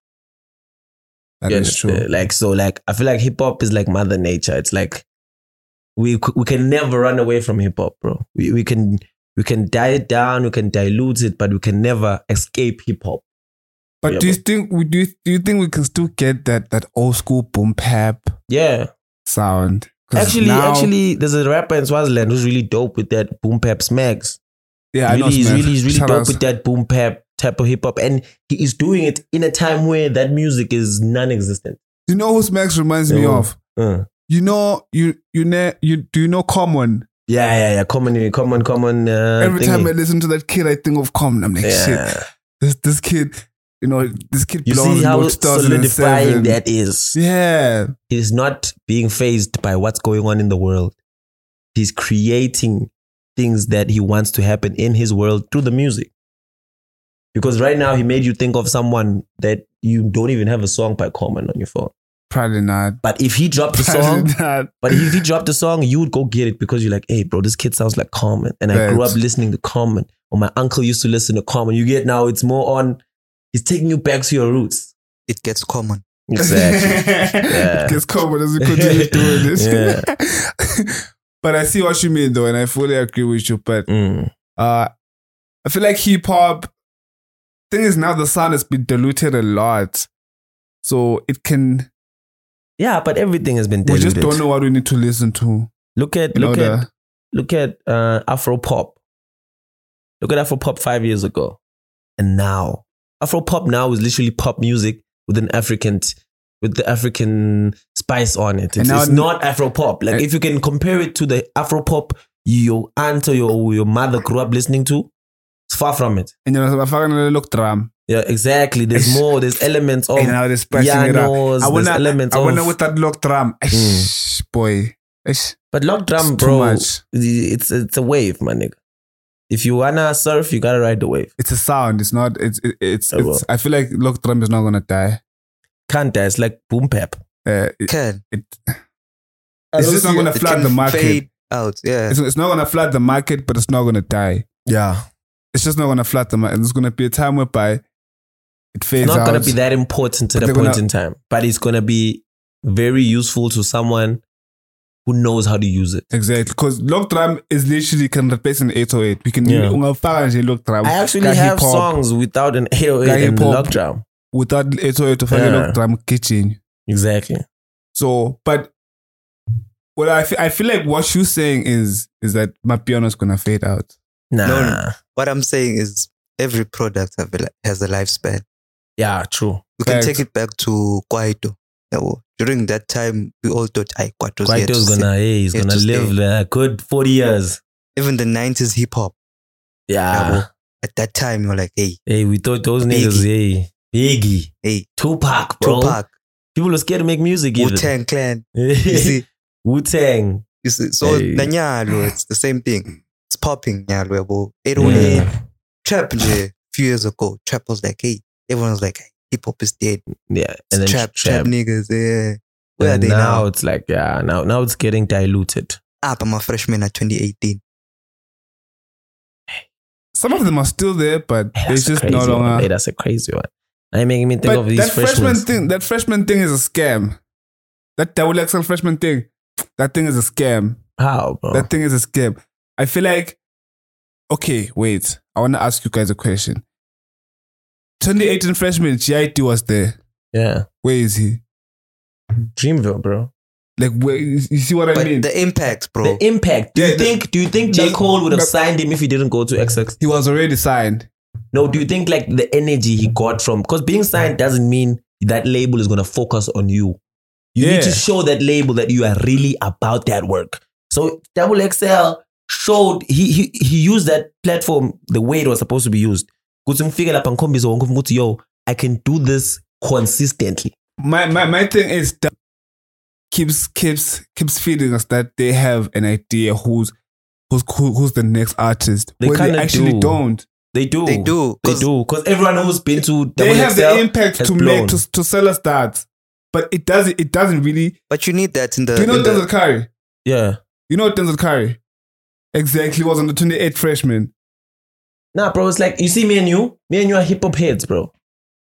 That You is understand? Like so, like I feel like hip hop is like mother nature. It's like we c- we can never run away from hip hop, bro. We we can we can dial it down, we can dilute it, but we can never escape hip hop. But Yeah, do you think we do? You, do you think we can still get that that old school boom pap Yeah, sound? 'Cause actually, now- actually, there's a rapper in Swaziland who's really dope with that boom pap smacks. yeah, I know really, he's Smith. really, he's really Shout dope outs. with that boom pap type of hip hop, and he is doing it in a time where that music is non-existent. Mm. You know who Smax reminds me Yeah. of? You know, you you know, you do you know Common? Yeah, yeah, yeah. Common, common, common. Uh, Every time I thingy. listen to that kid, I think of Common. I'm like, shit, yeah. this this kid, you know, this kid you belongs see in how 2007. solidifying that is. Yeah, He's not being phased by what's going on in the world. He's creating things that he wants to happen in his world through the music. Because right now he made you think of someone that you don't even have a song by Common on your phone. probably not. But if he dropped a song, Probably not. But if he dropped a song, you would go get it because you're like, hey, bro, this kid sounds like Common. And I grew Facts. up listening to Common, or my uncle used to listen to Common. You get now, it's more on, he's taking you back to your roots. It gets common. Yeah. It gets common as we continue doing this. but I see what you mean though, and I fully agree with you. But Mm. uh, I feel like hip hop thing is now the sound has been diluted a lot, so it can Yeah, but everything has been We diluted. just don't know what we need to listen to. Look at in look order- at look at uh, Afro pop. Look at Afro pop five years ago, and now Afro pop now is literally pop music with an African t- with the African spice on it. It's, And now- it's not Afro pop. Like And- if you can compare it to the Afro pop your aunt or your your mother grew up listening to, it's far from it. and then I fucking look drum. Yeah, exactly. There's It's- more. There's elements of and now they're spicing it up. pianos. I There's wanna, Oh, elements I wanna of. Hmm. with that lock drum. Eish, boy. Eish. But lock It's drum, too bro, much. it's it's a wave, my nigga. If you wanna surf, you gotta ride the wave. It's a sound. It's not. It's. It, it's. Oh, well. it's I feel like lock drum is not gonna die. Can't die. It's like boom pap. Uh, it, Can it, I it's don't just not see- gonna it flood can the market. Fade out. Yeah. It's, it's not gonna flood the market, but it's not gonna die. Yeah, It's just not gonna flood the market. It's gonna be a time whereby it fades it's not out. gonna be that important to But the they're point gonna- in time, but it's gonna be very useful to someone who knows how to use it. Exactly, because lock drum is literally can replace an 808. We can Yeah. ungafaka nje lock drum. I actually ka have hip-hop songs without an Ka 808 and hip-hop. lock drum. without 808 ufake Yeah. lock drum kitchen. Exactly. So, but well, I fe- I feel like what you're saying is is that my piano's gonna fade out. Nah. No, no. What I'm saying is every product have a, li- has a lifespan. Yeah, true. We can Facts. take it back to Kwaito. Yabo. During that time, we all thought, "Ay, Kwaito's, here to Guaido's stay." gonna, hey, he's here gonna to live a good 40 years. Even the 90s hip hop. Yeah. Yabo. At that time, you're like, hey, Hey, we thought those niggas, hey, Biggie, hey, Tupac, bro. Tupac, People are scared to make music. Wu Tang Clan. You Wu see, Tang. you see. So, Hey. na nyalo, it's the same thing. It's popping, nyalo, yabo. It only Yeah. trap, nje, a few years ago. Trap was like, hey, everyone was like, hip hop is dead. yeah. It's And then trap, trap, trap. niggas. Yeah. Where And are they now, now? it's like, yeah, now now it's getting diluted. Up, I'm a freshman at 2018. Some of them are still there, but Hey, they're that's a just crazy no one. longer. Hey, that's a crazy one. Now you're making me think but of these that freshman freshmen. thing, that freshman thing is a scam. That double XL freshman thing, that thing is a scam. How, bro? That thing is a scam. I feel like, okay, wait. I want to ask you guys a question. 2018 freshman, GIT was there. yeah. Where is he? Dreamville, bro. Like, where, you you see what I But mean? the impact, bro. The impact. Do Yeah, you the- think do you think J. the- Cole would have the- signed him if he didn't go to XX? he was already signed. No, do you think like the energy he got from because being signed doesn't mean that label is gonna focus on you. You yeah. need to show that label that you are really about that work. So Double XL showed he he he used that platform the way it was supposed to be used. Kuzimfikela pankombis wonke umuntu ukuthi, yo, I can do this consistently. my, my, my thing is that keeps keeps keeps feeding us that they have an idea who's who's who, who's the next artist. They when they kinda actually do. don't. They do. they do. They 'cause do. Because everyone who's been to Double They have the XL impact has to blown. make to, to sell us that. But it doesn't it doesn't really But you need that in the. Uh, Do you know in the- Denzel Curry? Yeah. You know Denzel Curry? Exactly was on the 28 freshman. Nah, bro, it's like you see me and you, me and you are hip hop heads, bro.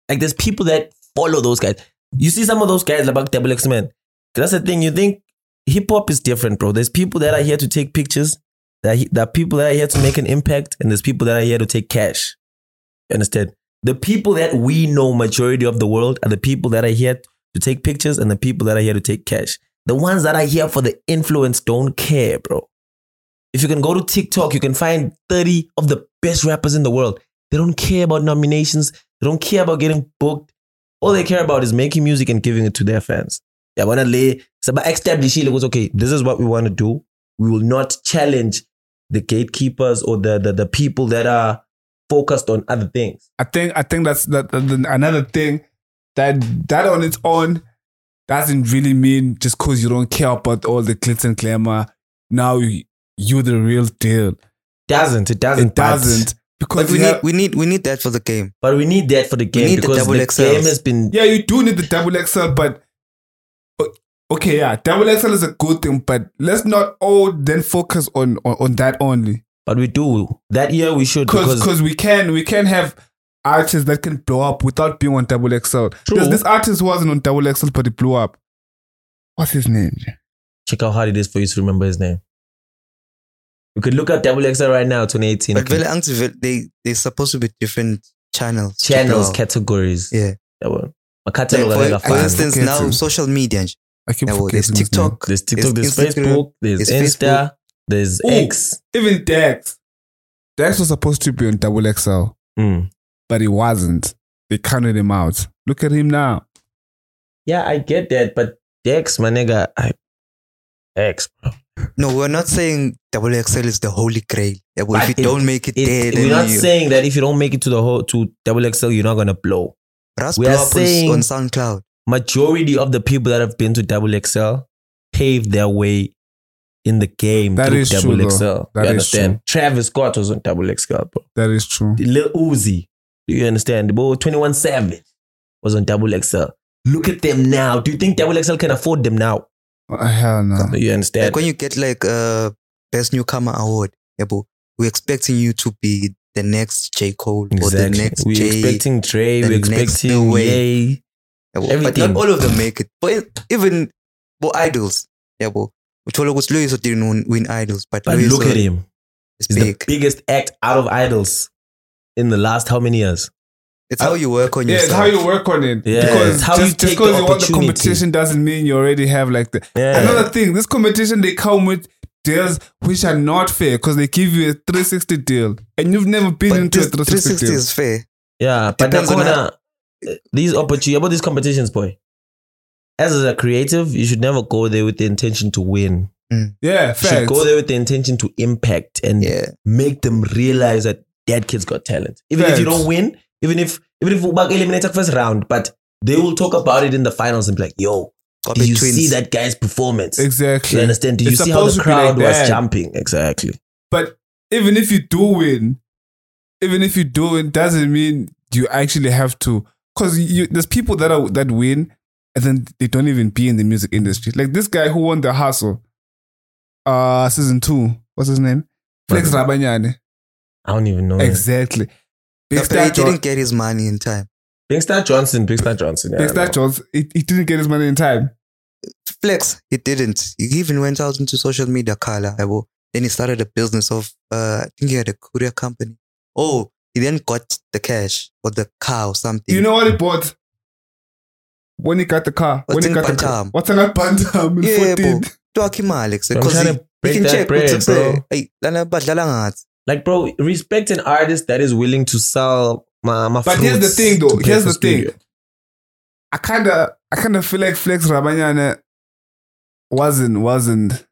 Like there's people that follow those guys. You see some of those guys about Double X Men. That's the thing. You think hip hop is different, bro. There's people that are here to take pictures. That he- that people that are here to make an impact, and there's people that are here to take cash. You understand? The people that we know, majority of the world, are the people that are here to take pictures, and the people that are here to take cash. The ones that are here for the influence don't care, bro. If you can go to TikTok, you can find 30 of the best rappers in the world. They don't care about nominations, they don't care about getting booked. All they care about is making music and giving it to their fans. They want to lay establish it goes, okay, this is what we want to do. We will not challenge the gatekeepers or the, the, the people that are focused on other things. I think I think that's that, that- that- another thing that that on its own doesn't really mean just cause you don't care about all the glitz and glamour. Now you you the real deal. Doesn't it doesn't It doesn't But because we you need, have, we need we need that for the game. But, but we need that for the game need the because double the, XLs. game has been yeah you do need the double XL, but o- okay yeah double XL is a good thing, but let's not all then focus on on, on that only but we do. That year we should because because because we can we can have artists that can blow up without being on double XL. True. This, this artist wasn't on double XL, but he blew up. What's his name? check how hard it is for you to remember his name. You could look up Double XL right now, 2018. But okay? Vele Angst, Vele- they they're supposed to be different channels. to Channels, blow. categories. Yeah. That one. My Like, catalog, I for, think I for found. instance, Okay, now too. social media. I keep Yeah, well, there's forgetting his name. TikTok. There's TikTok, It's there's Instagram, Facebook, there's it's Insta, there's Ooh. X. Even Dex. Dex was supposed to be on Double XL, Mm. but he wasn't. They counted him out. Look at him now. Yeah, I get that, but Dex, my nigga, I, X. No, we're not saying double XL is the holy grail. Yeah, well, if But you don't make it, there, It, then we're not you. saying that if you don't make it to the whole to double XL, you're not gonna blow. Russ we blow are up on- saying- on SoundCloud. Majority of the people that have been to double XL paved their way in the game That through is true, double though. XL. That you is understand? Travis Scott was on double XL, bro. That is true. Lil Uzi. Do you understand? Bro, 21 Savage was on Double XL. Look at them now. Do you think Double XL can afford them now? Uh, hell no. Do you understand? Like when you get like uh, best newcomer award, yeah, bro, we're expecting you to be the next J Cole or the next we're J. expecting Trey, the we're next expecting Lil Wayne. Ye. yeah, bro. But everything. not all of them make it. But even for idols, yeah, bro. Uthola was Luis didn't win, win idols, but, But Luis look at him. is He's big. the biggest act out of idols in the last how many years? It's how you work on Yeah, it's yourself. how you work on it. Yeah, Because it's how you just, just take the because you want the opportunity. competition doesn't mean you already have like the. Yeah. Another thing, this competition they come with deals which are not fair because they give you a 360 deal and you've never been But into a this 360, 360 deal. is fair. Yeah, but depends that's on gonna uh, these opportunities about these competitions, boy. As a creative, you should never go there with the intention to win. Yeah, You should facts. go there with the intention to impact and Yeah. make them realize that that kid's got talent. Even if you Thanks. don't win, even if even if Ubak eliminated first round, but they will talk about it in the finals and be like, "Yo, Copy did you twins. see that guy's performance? Do Exactly. you understand? Do you It's see how supposed the to be like crowd that. was jumping? Exactly. But even if you do win, even if you do win, doesn't mean you actually have to. Because you, there's people that are that win, and then they don't even be in the music industry. Like this guy who won the hustle, uh, season two. What's his name? Flex Rabanyane. I don't even know. Exactly. Big No, but Star, he John, didn't get his money in time. Big Star Johnson. Big Star Johnson. Yeah, Big I Star know. Jones, he, he didn't get his money in time. Flex, he didn't. He even went out into social media, Carla. Yabo. Then he started a business of, uh, I think he had a courier company. Oh, he then got the cash or the car or something. You know what he bought? When he got the car. What's when he in got the Bantam? car. What's in that Bantam? in Yeah, 14? Talk him, Alex. I'm Because trying he, to he break can that check. bread, what's up, bro. eh? Ay, lana badlala ngathi. Like, bro, respect an artist that is willing to sell my, my But here's the fruits thing, though. to pay Here's for the thing. studio. I kind of, I kind of feel like Flex Rabanyane wasn't, wasn't,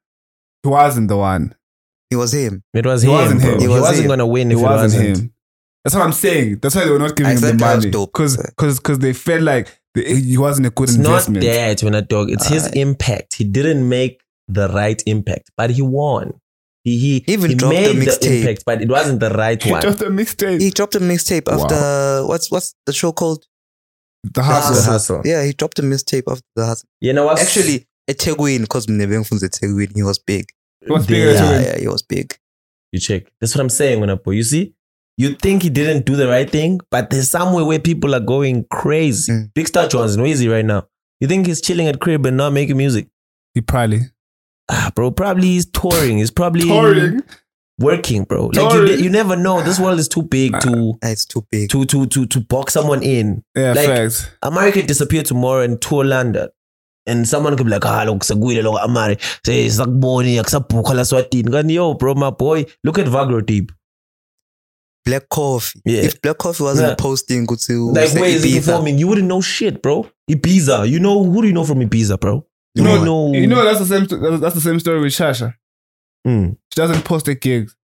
he wasn't the one. It was him. It was It him. wasn't bro. him. It He was wasn't him. gonna win It if it wasn't, wasn't him. That's what I'm saying. That's why they were not giving I him the said that was money dope. because, because, because they felt like the, he wasn't a good it's not investment. that when a dog it's his Aye. impact he didn't make the right impact but he won he he, He even he dropped the made the, mixtape. impact but it wasn't the right He one dropped a mixtape. He dropped a mixtape Wow. after what's what's the show called? The hustle. Hustle. hustle Yeah, he dropped a mixtape after the hustle. you know what Actually, Etegwin, because Mnebenfun's Etegwin, he was big. It was Yeah. bigger Yeah, than yeah, he was big. you check that's what i'm saying when you see you think he didn't do the right thing but there's somewhere where people are going crazy Mm. big star johnson where is he right now you think he's chilling at crib and not making music He probably ah bro probably he's touring he's probably touring. working bro like you, Touring. you never know this world is too big to Ah, It's too big. to to to to box someone in Yeah, Like- facts. America could disappear tomorrow and tour London. And someone could be like, ah, look, Sagwile, look, Amari, say, Sagboni, Aksapuka, Laswatin. Gani, yo, bro, my boy, look at Vagro Deep. Black Coffee. Yeah. If Black Coffee wasn't Yeah. posting, good to Like, where is he Ibiza. performing? You wouldn't know shit, bro. Ibiza. You know, who do you know from Ibiza, bro? You No, don't know. You know that's the same. that's- That's the same story with Shasha. Mm. She doesn't post the gigs,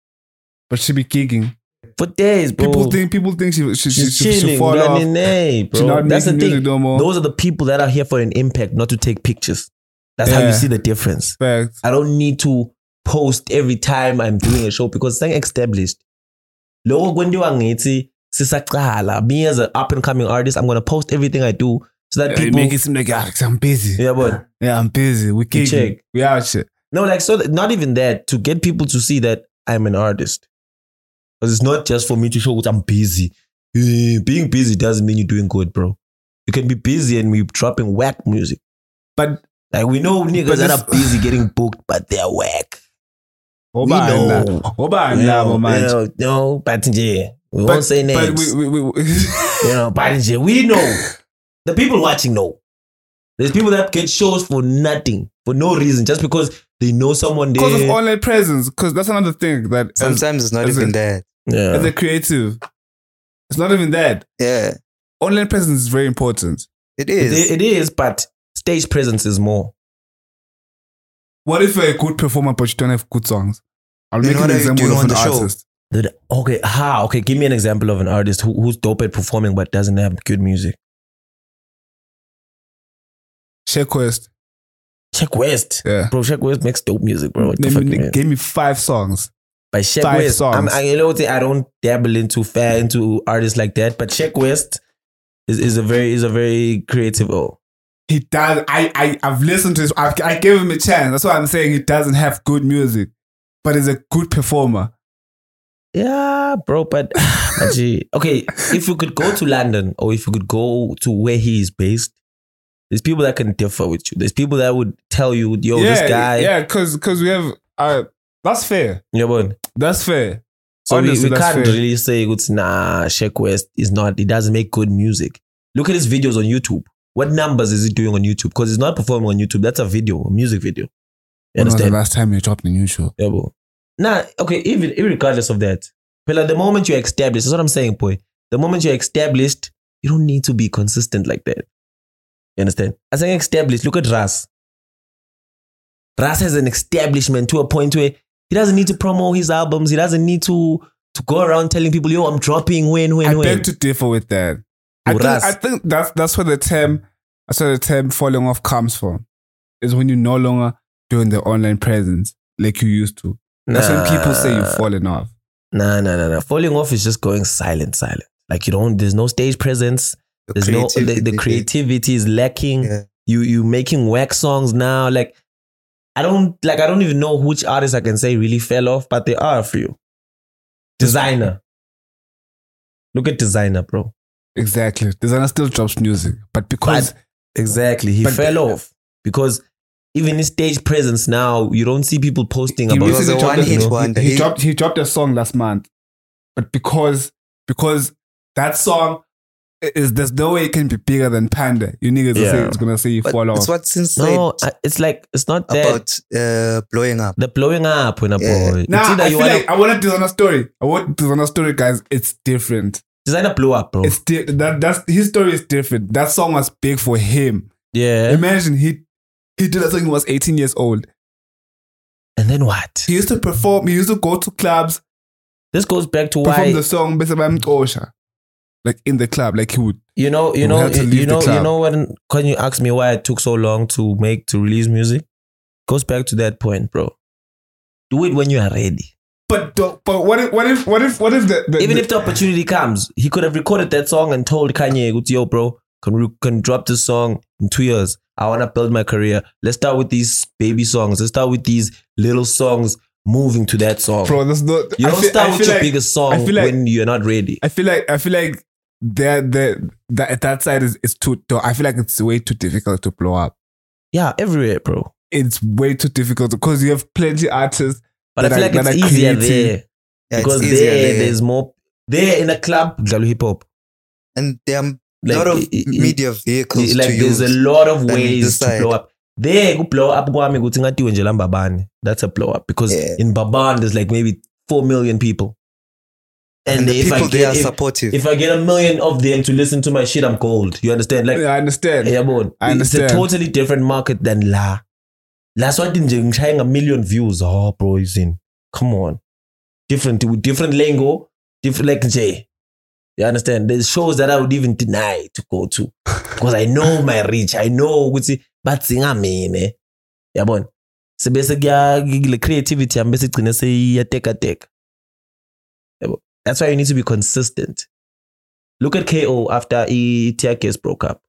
but she be gigging. For days, bro. People think people think she she she, she's she, she chilling. fall gani, off. nay, She bro. not That's the making music thing. no more. Those are the people that are here for an impact, not to take pictures. That's how Yeah. you see the difference. Facts. I don't need to post every time I'm doing a show because it's established. Loko kwenziwa ngithi sisaqala. Me as an up and coming artist, I'm gonna post everything I do so that You people make it seem like Alex, I'm busy. yeah, but Yeah, I'm busy. We You gigging. check. We out shit. no, like so. That, not even that to get people to see that I'm an artist because it's not just for me to show that I'm busy. Eh, Being busy doesn't mean you're doing good, bro. You can be busy and we're dropping whack music. But Like we know niggas But that this- are busy getting booked, but they're whack. Oh, know. Obana, Obana, no, yeah, man. no, no, but yeah, we oh, But- won't say names. But we, we, we, we you know, but yeah, we know. The people watching know. There's people that get shows for nothing, for no reason, just because they know someone Because of there. online presence. Because that's another thing that as, Sometimes it's not as a- even that. yeah. as a creative, it's not even that. Yeah, Online presence is very important. It- it is. it is, but stage presence is more. What if you're a good performer but you don't have good songs? I'll Then make what an are you example doing of on an the show? artist. Dude, okay, how? Okay, give me an example of an artist who, who's dope at performing but doesn't have good music. Share Quest. Check West. Yeah. Bro, Check West makes dope music, bro. What the Name- fuck, name- man? Give me five songs. By Check five West. I'm, songs. I, you know what, I don't dabble into fair into artists like that, but Check West is, is a very is a very creative oh. He does. I, I, I've listened to his. I've, I gave him a chance. That's why I'm saying he doesn't have good music, but he's a good performer. Yeah, bro, but Maji, okay, if you could go to London or if you could go to where he is based, there's people that can differ with you. There's people that would tell you, yo, yeah, this guy, yeah, Yeah, because we have. Uh, that's fair. you know what? That's fair. So Honestly, we, we that's can't fair. really say it's nah, Sheck West is not, he doesn't make good music. Look at his videos on YouTube. What numbers is he doing on YouTube? Because he's not performing on YouTube. That's a video, a music video. You When was the understand? last time you dropped a new show? Yeah, bro. Nah, okay, even, even regardless of that. But like the moment you're established, that's what I'm saying, boy. The moment you're established, you don't need to be consistent like that. You understand? As an established, look at Ras. Ras has an establishment to a point where he doesn't need to promo his albums. He doesn't need to to go around telling people, yo, I'm dropping when, when, I when. beg to differ with that. I think, Ras. I think that's that's where the term that's where the term falling off comes from. Is when you're no longer doing the online presence like you used to. That's when people say you've fallen off. Nah, nah, nah, nah. Falling off is just going silent, silent. Like you don't, there's no stage presence. There's no, the, the creativity is lacking. Yeah. you you making work songs now like i don't like i don't even know which artists i can say really fell off but they are a few designer look at designer bro Exactly. Designer still drops music, but because exactly he But- fell off because even his stage presence now you don't see people posting He about misses it, a you one know? hit wonder. he, he He- dropped he dropped a song last month, but because because that song i- is there's no way it can be bigger than Panda. You niggas are Yeah. saying it's gonna say you But fall off. it's what Sin said no I- it's like it's not that about uh, blowing up. the blowing up when a Yeah. boy Nah, it's either I you feel wanna, like I want a designer story. I want designer story, guys. It's different. designer blow up bro It's di- that that's his story is different. That song was big for him. yeah Imagine he he did that song when he was 18 years old. and then what He used to perform. He used to go to clubs, this goes back to perform why the song "Besa Bam Tosha," like in the club, like he would. You know, you We know, had to you, leave you the know, you club. know when can you ask me why it took so long to make to release music? Goes back to that point, bro. Do it when you are ready. But don't- but what if what if what if what if the, the Even the- if the opportunity comes, he could have recorded that song and told Kanye, "Yo, bro, can we can drop this song in two years? I wanna build my career. Let's start with these baby songs. Let's start with these little songs, moving to that song. bro, that's not. you I don't feel- I start with feel your like- biggest song feel like- when you're not ready. I feel like I feel like that that that that side is is too. I feel like it's way too difficult to blow up. yeah, everywhere, bro. It's way too difficult because you have plenty artists. But I That feel I- like that it's I easier created- there. Yeah, it's because easier there, there. there's more there in a club Dlalo hip hop and there are a like, lot of i- i- media vehicles like to there's use. a lot of than ways this to side. blow up there ku blow up kwami ukuthi ngatiwe nje la mbabane that's a blow up because Yeah. in Baban there's like maybe 4 million people and, and the if, people I they are get, if, supportive. if I get a million of them to listen to my shit I'm gold you understand like I understand. yabona I understand. it's a totally different market than la la swathi nje ngishaye nga million views oh bro is in come on different with different lingo different like nje you understand there's shows that I would even deny to go to because I know my reach I know ukuthi batsinga mine yabona sebese kuya le creativity yami bese igcine seyiyateka teka yabo that's why you need to be consistent look at KO after e Tia Case broke up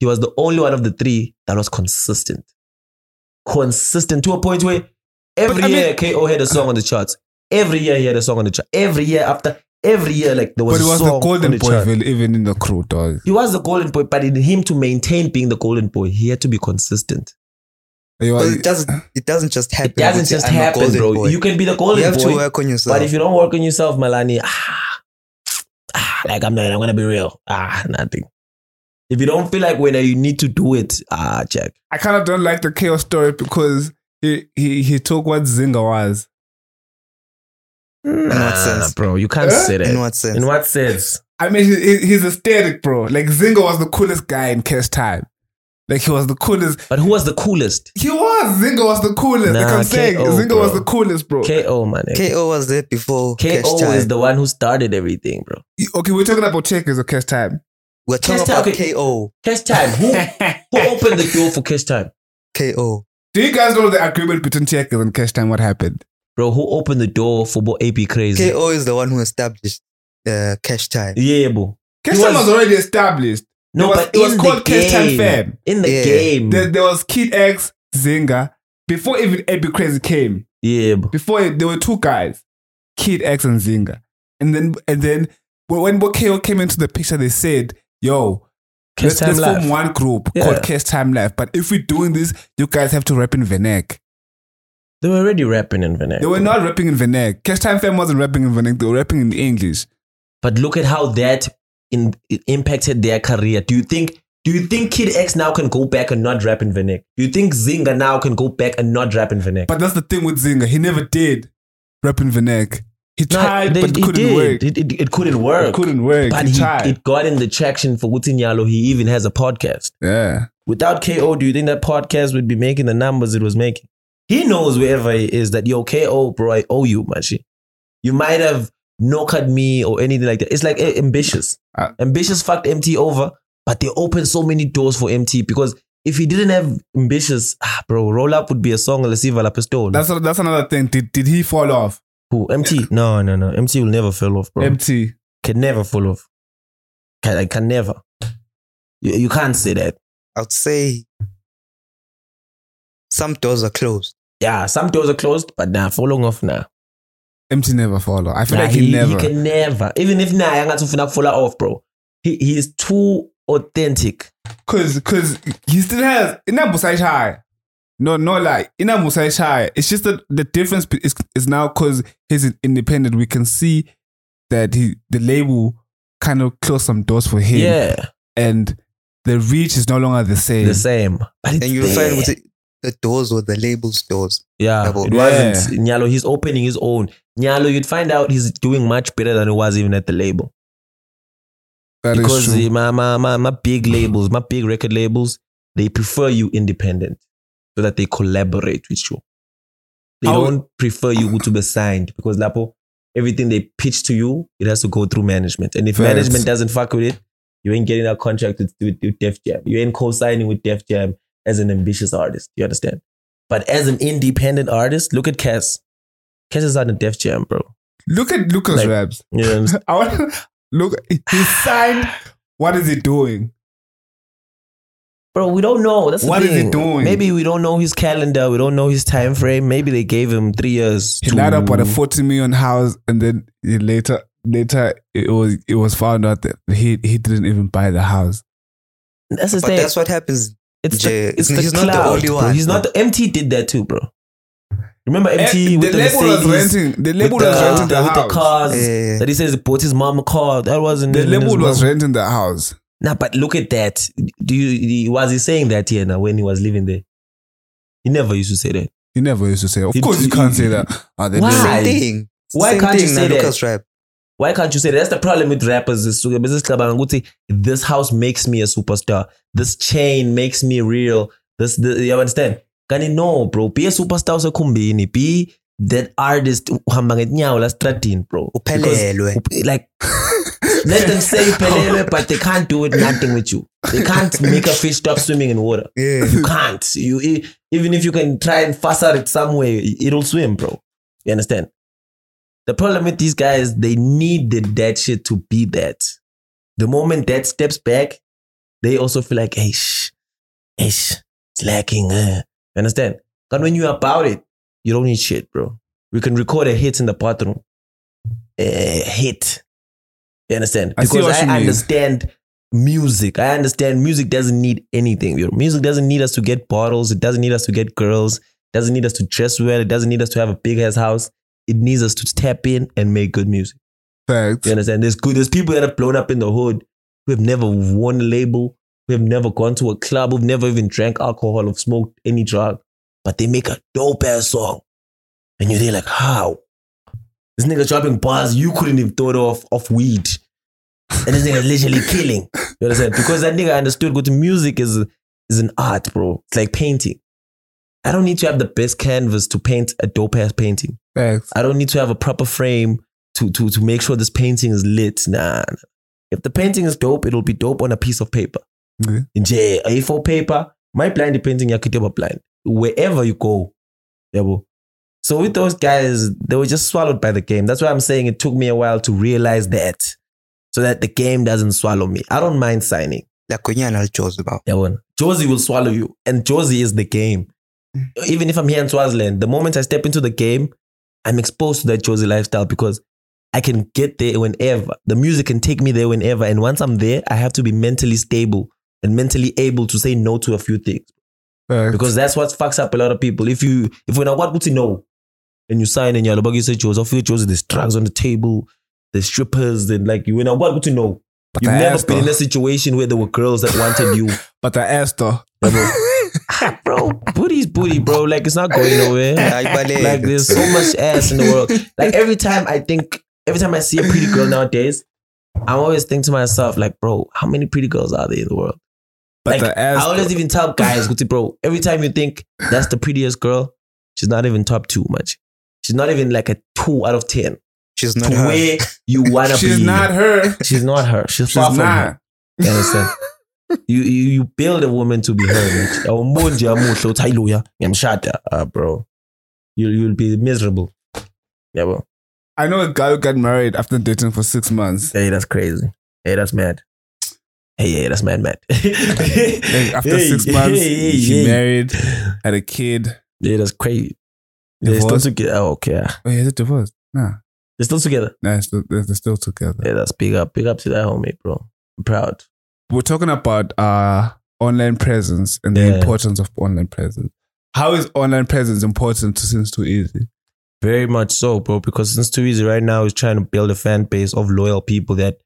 he was the only one of the three that was consistent. Consistent to a point where every But I year KO had a song on the charts. Every year he had a song on the chart. Every year after, every year like there was but it a was song the golden on the boy, chart. Phil, even in the crew, dog. He was the golden boy, but in him to maintain being the golden boy, he had to be consistent. You But are- it doesn't. It doesn't just happen. It doesn't with the just I'm a happen, golden bro. boy. You can be the You golden have to boy, work on yourself. but if you don't work on yourself, Malani, ah, ah, like I'm not, I'm gonna be real, ah, nothing. If you don't feel like whether you need to do it, ah, check. I kind of don't like the chaos story because he he he took what Zinga was. Nah, sense? bro, you can't Huh? say that. In what sense? In what sense? I mean, he, he- he's aesthetic, bro. Like Zinga was the coolest guy in Cash Time. Like he was the coolest. But who was the coolest? He was Zinga was the coolest. like Nah, I'm saying, KO, Zinga was bro. the coolest, bro. KO, man. KO was there before Cash KO Time. is the one who started everything, bro. okay, we're talking about checkers or Cash Time. We're talking Cash Time, about okay. KO. Cash time. Who who opened the door for cash time? KO. Do you guys know the agreement between checkers and Cash Time? What happened? Bro, who opened the door for Bo AP Crazy? KO is the one who established uh, Cash Time. Yeah, bro. Cash It Time was- was already established. No, It was- but it was in called the Cash Time game, Fam. in the Yeah. game, There, there was Kid X, Zinga. Before even Epi Crazy came, yeah, bro. before it, there were two guys, Kid X and Zinga. And then and then when- when Bokeo came into the picture, they said, "Yo, Cash let's, time let's form life. one group Yeah. called Cash Time Life. But if we're doing this, you guys have to rap in Venek. They were already rapping in Venezuela. They were not rapping in Venek. Cash Time Fam wasn't rapping in Venek. They were rapping in English. But look at how that in, it impacted their career. Do you think? Do you think Kid X now can go back and not rap in Vinic? Do you think Zinga now can go back and not rap in Vinic? But that's the thing with Zinga. He never did rap in Venek. He tried, but it couldn't work. It, it, it couldn't work. It couldn't work. But he he, tried. it got in the traction for Gutinyalo. He even has a podcast. yeah. Without KO, do you think that podcast would be making the numbers it was making? He knows wherever he is that yo KO, bro, I owe you, man. shit. You might have knocked at me or anything like that. It's like eh, ambitious. Uh, ambitious fucked MT over, but they opened so many doors for MT because if he didn't have ambitious, ah, bro, roll up would be a song La Siva La Pistola. That's that's another thing. Did did he fall off? Who MT? No, no, no. MT will never fall off, bro. Empty. can never fall off. Can I can never. You, you can't say that. I'd say some doors are closed. Yeah, some doors are closed, but nah, falling off now. Nah. Empty never fall off. I feel Nah, like he, never. can never. Even if nah, I'm not fall off, bro. He he is too authentic. Cause, cause he still has Ina Busai Shai. No, no lie. Ina Busai Shai. It's just that the difference be- is, is now cause he's an independent. We can see that he the label kind of closed some doors for him. Yeah, And the reach is no longer the same. the same. But it's And you'll there. find with it, the doors were the label's doors. yeah, Double. it wasn't Nyalo. He's opening his own. Nyalo, you'd find out he's doing much better than he was even at the label That is because true. the- my, my my my big labels, my big record labels, they prefer you independent so that they collaborate with you. They I would- don't prefer you to be signed because Lapo, everything they pitch to you, it has to go through management. And if Facts. management doesn't fuck with it, you ain't getting a contract with, with, with Def Jam. You ain't co-signing with Def Jam as an ambitious artist. You understand? But as an independent artist, look at Cass. Cass is on the Def Jam, bro. Look at Lucas like- Raps. You know what I'm saying? I want look he signed. What is he doing? Bro, we don't know. That's the What is he thing. doing? Maybe we don't know his calendar. We don't know his time frame. Maybe they gave him three years. He to- lied up on a 40 million house and then he later later it was it was found out that he he didn't even buy the house. That's his But thing. that's what happens. it's Jay. the, it's He's the not the clout, only bro. one. He's not. The, MT did that too, bro. Remember MT Eh, with the, Mercedes, was renting. The with label the, was renting the, with the house. cars. Eh, That he says he bought his mom a car. That wasn't the even his label was mom. renting the house. Nah, but look at that. Do you was he saying that here now when he was living there? He never used to say that. He never used to say. Of He- course, you can't say that. Ah, the Why? label- same thing. It's the Why same can't you thing say now, that? Lucas Rap. Why can't you say that? That's the problem with rappers. Is sugar business club and Guti, This house makes me a superstar. This chain makes me real. This, the, you understand? Can you know, bro? Be a superstar so kumbini. Be that artist uhamba ngenyawo la stratin, bro. Because, Uphelelwe. like let them say pelele, but they can't do it nothing with you. They can't make a fish stop swimming in water. Yeah. You can't. You e- even if you can try and faster it somewhere, it'll swim, bro. You understand? The problem with these guys, they needed that shit to be that. The moment that steps back, they also feel like, hey, shh, hey, shh, it's lacking. Uh. You understand? But when you're about it, you don't need shit, bro. We can record a hit in the bathroom. A hit. You understand? I see because what you I mean. understand music. I understand music doesn't need anything. Your music doesn't need us to get bottles. It doesn't need us to get girls. It doesn't need us to dress well. It doesn't need us to have a big ass house. It needs us to tap in and make good music. Facts. You understand? There's good. There's people that have blown up in the hood who have never worn a label, who have never gone to a club, who've never even drank alcohol or smoked any drug, but they make a dope ass song. And you're there like, how? This nigga dropping bars you couldn't even thought of of weed. And this nigga literally killing. You understand? Because that nigga understood what music is is an art, bro. It's like painting. I don't need to have the best canvas to paint a dope ass painting. Facts. I don't need to have a proper frame to to to make sure this painting is lit. Nah. nah. If the painting is dope, it'll be dope on a piece of paper. Okay. Nje, A4 paper, my blind painting yakideba blind. Wherever you go. Yabo. So with those guys, they were just swallowed by the game. That's why I'm saying it took me a while to realize that. So that the game doesn't swallow me. I don't mind signing. like when you're about yabona josie will swallow you and josie is the game Mm. even if i'm here in swaziland the moment i step into the game i'm exposed to that josie lifestyle because i can get there whenever the music can take me there whenever and once i'm there i have to be mentally stable and mentally able to say no to a few things Mm. Facts. because that's what fucks up a lot of people if you if when i what would you know and you sign and you're like you say josie i feel josie there's drugs on the table there's strippers and like you when i what would you know But You've I never asked been in her. a situation where there were girls that wanted you But I asked her. Ah, bro, booty's booty, bro. Like it's not going nowhere. Ayibale. like there's so much ass in the world. Like every time I think, every time I see a pretty girl nowadays, I'm always thinking to myself, like, bro, how many pretty girls are there in the world? But Like, I asked I always even tell guys, Guti, bro, every time you think that's the prettiest girl, she's not even top two much. She's not even like a two out of ten. she's To not her. where you wanna her. She's be. not her. She's not her. She's, She's far from her. not. You understand? you, you you build a woman to be her. Awumbonje amuhle uthi haleluya ngiyamshada. Ah bro. You you'll be miserable. Yeah, bro. I know a guy who got married after dating for six months. Hey, that's crazy. Hey, that's mad. Hey, yeah, that's mad, mad. Like, hey, after six months, hey, she hey. married, had a kid. Yeah, that's crazy. They're still Divorced. together. Oh, okay. ah. Wait, is it divorced? Nah, They're still together. nah, it's still- they're, they're still together. Yeah, that's big up. Big up to that homie, bro. I'm proud. We're talking about uh online presence and the Yeah. importance of online presence. How is online presence important to Since Too Easy? Very much so, bro, because since Too Easy right now is trying to build a fan base of loyal people that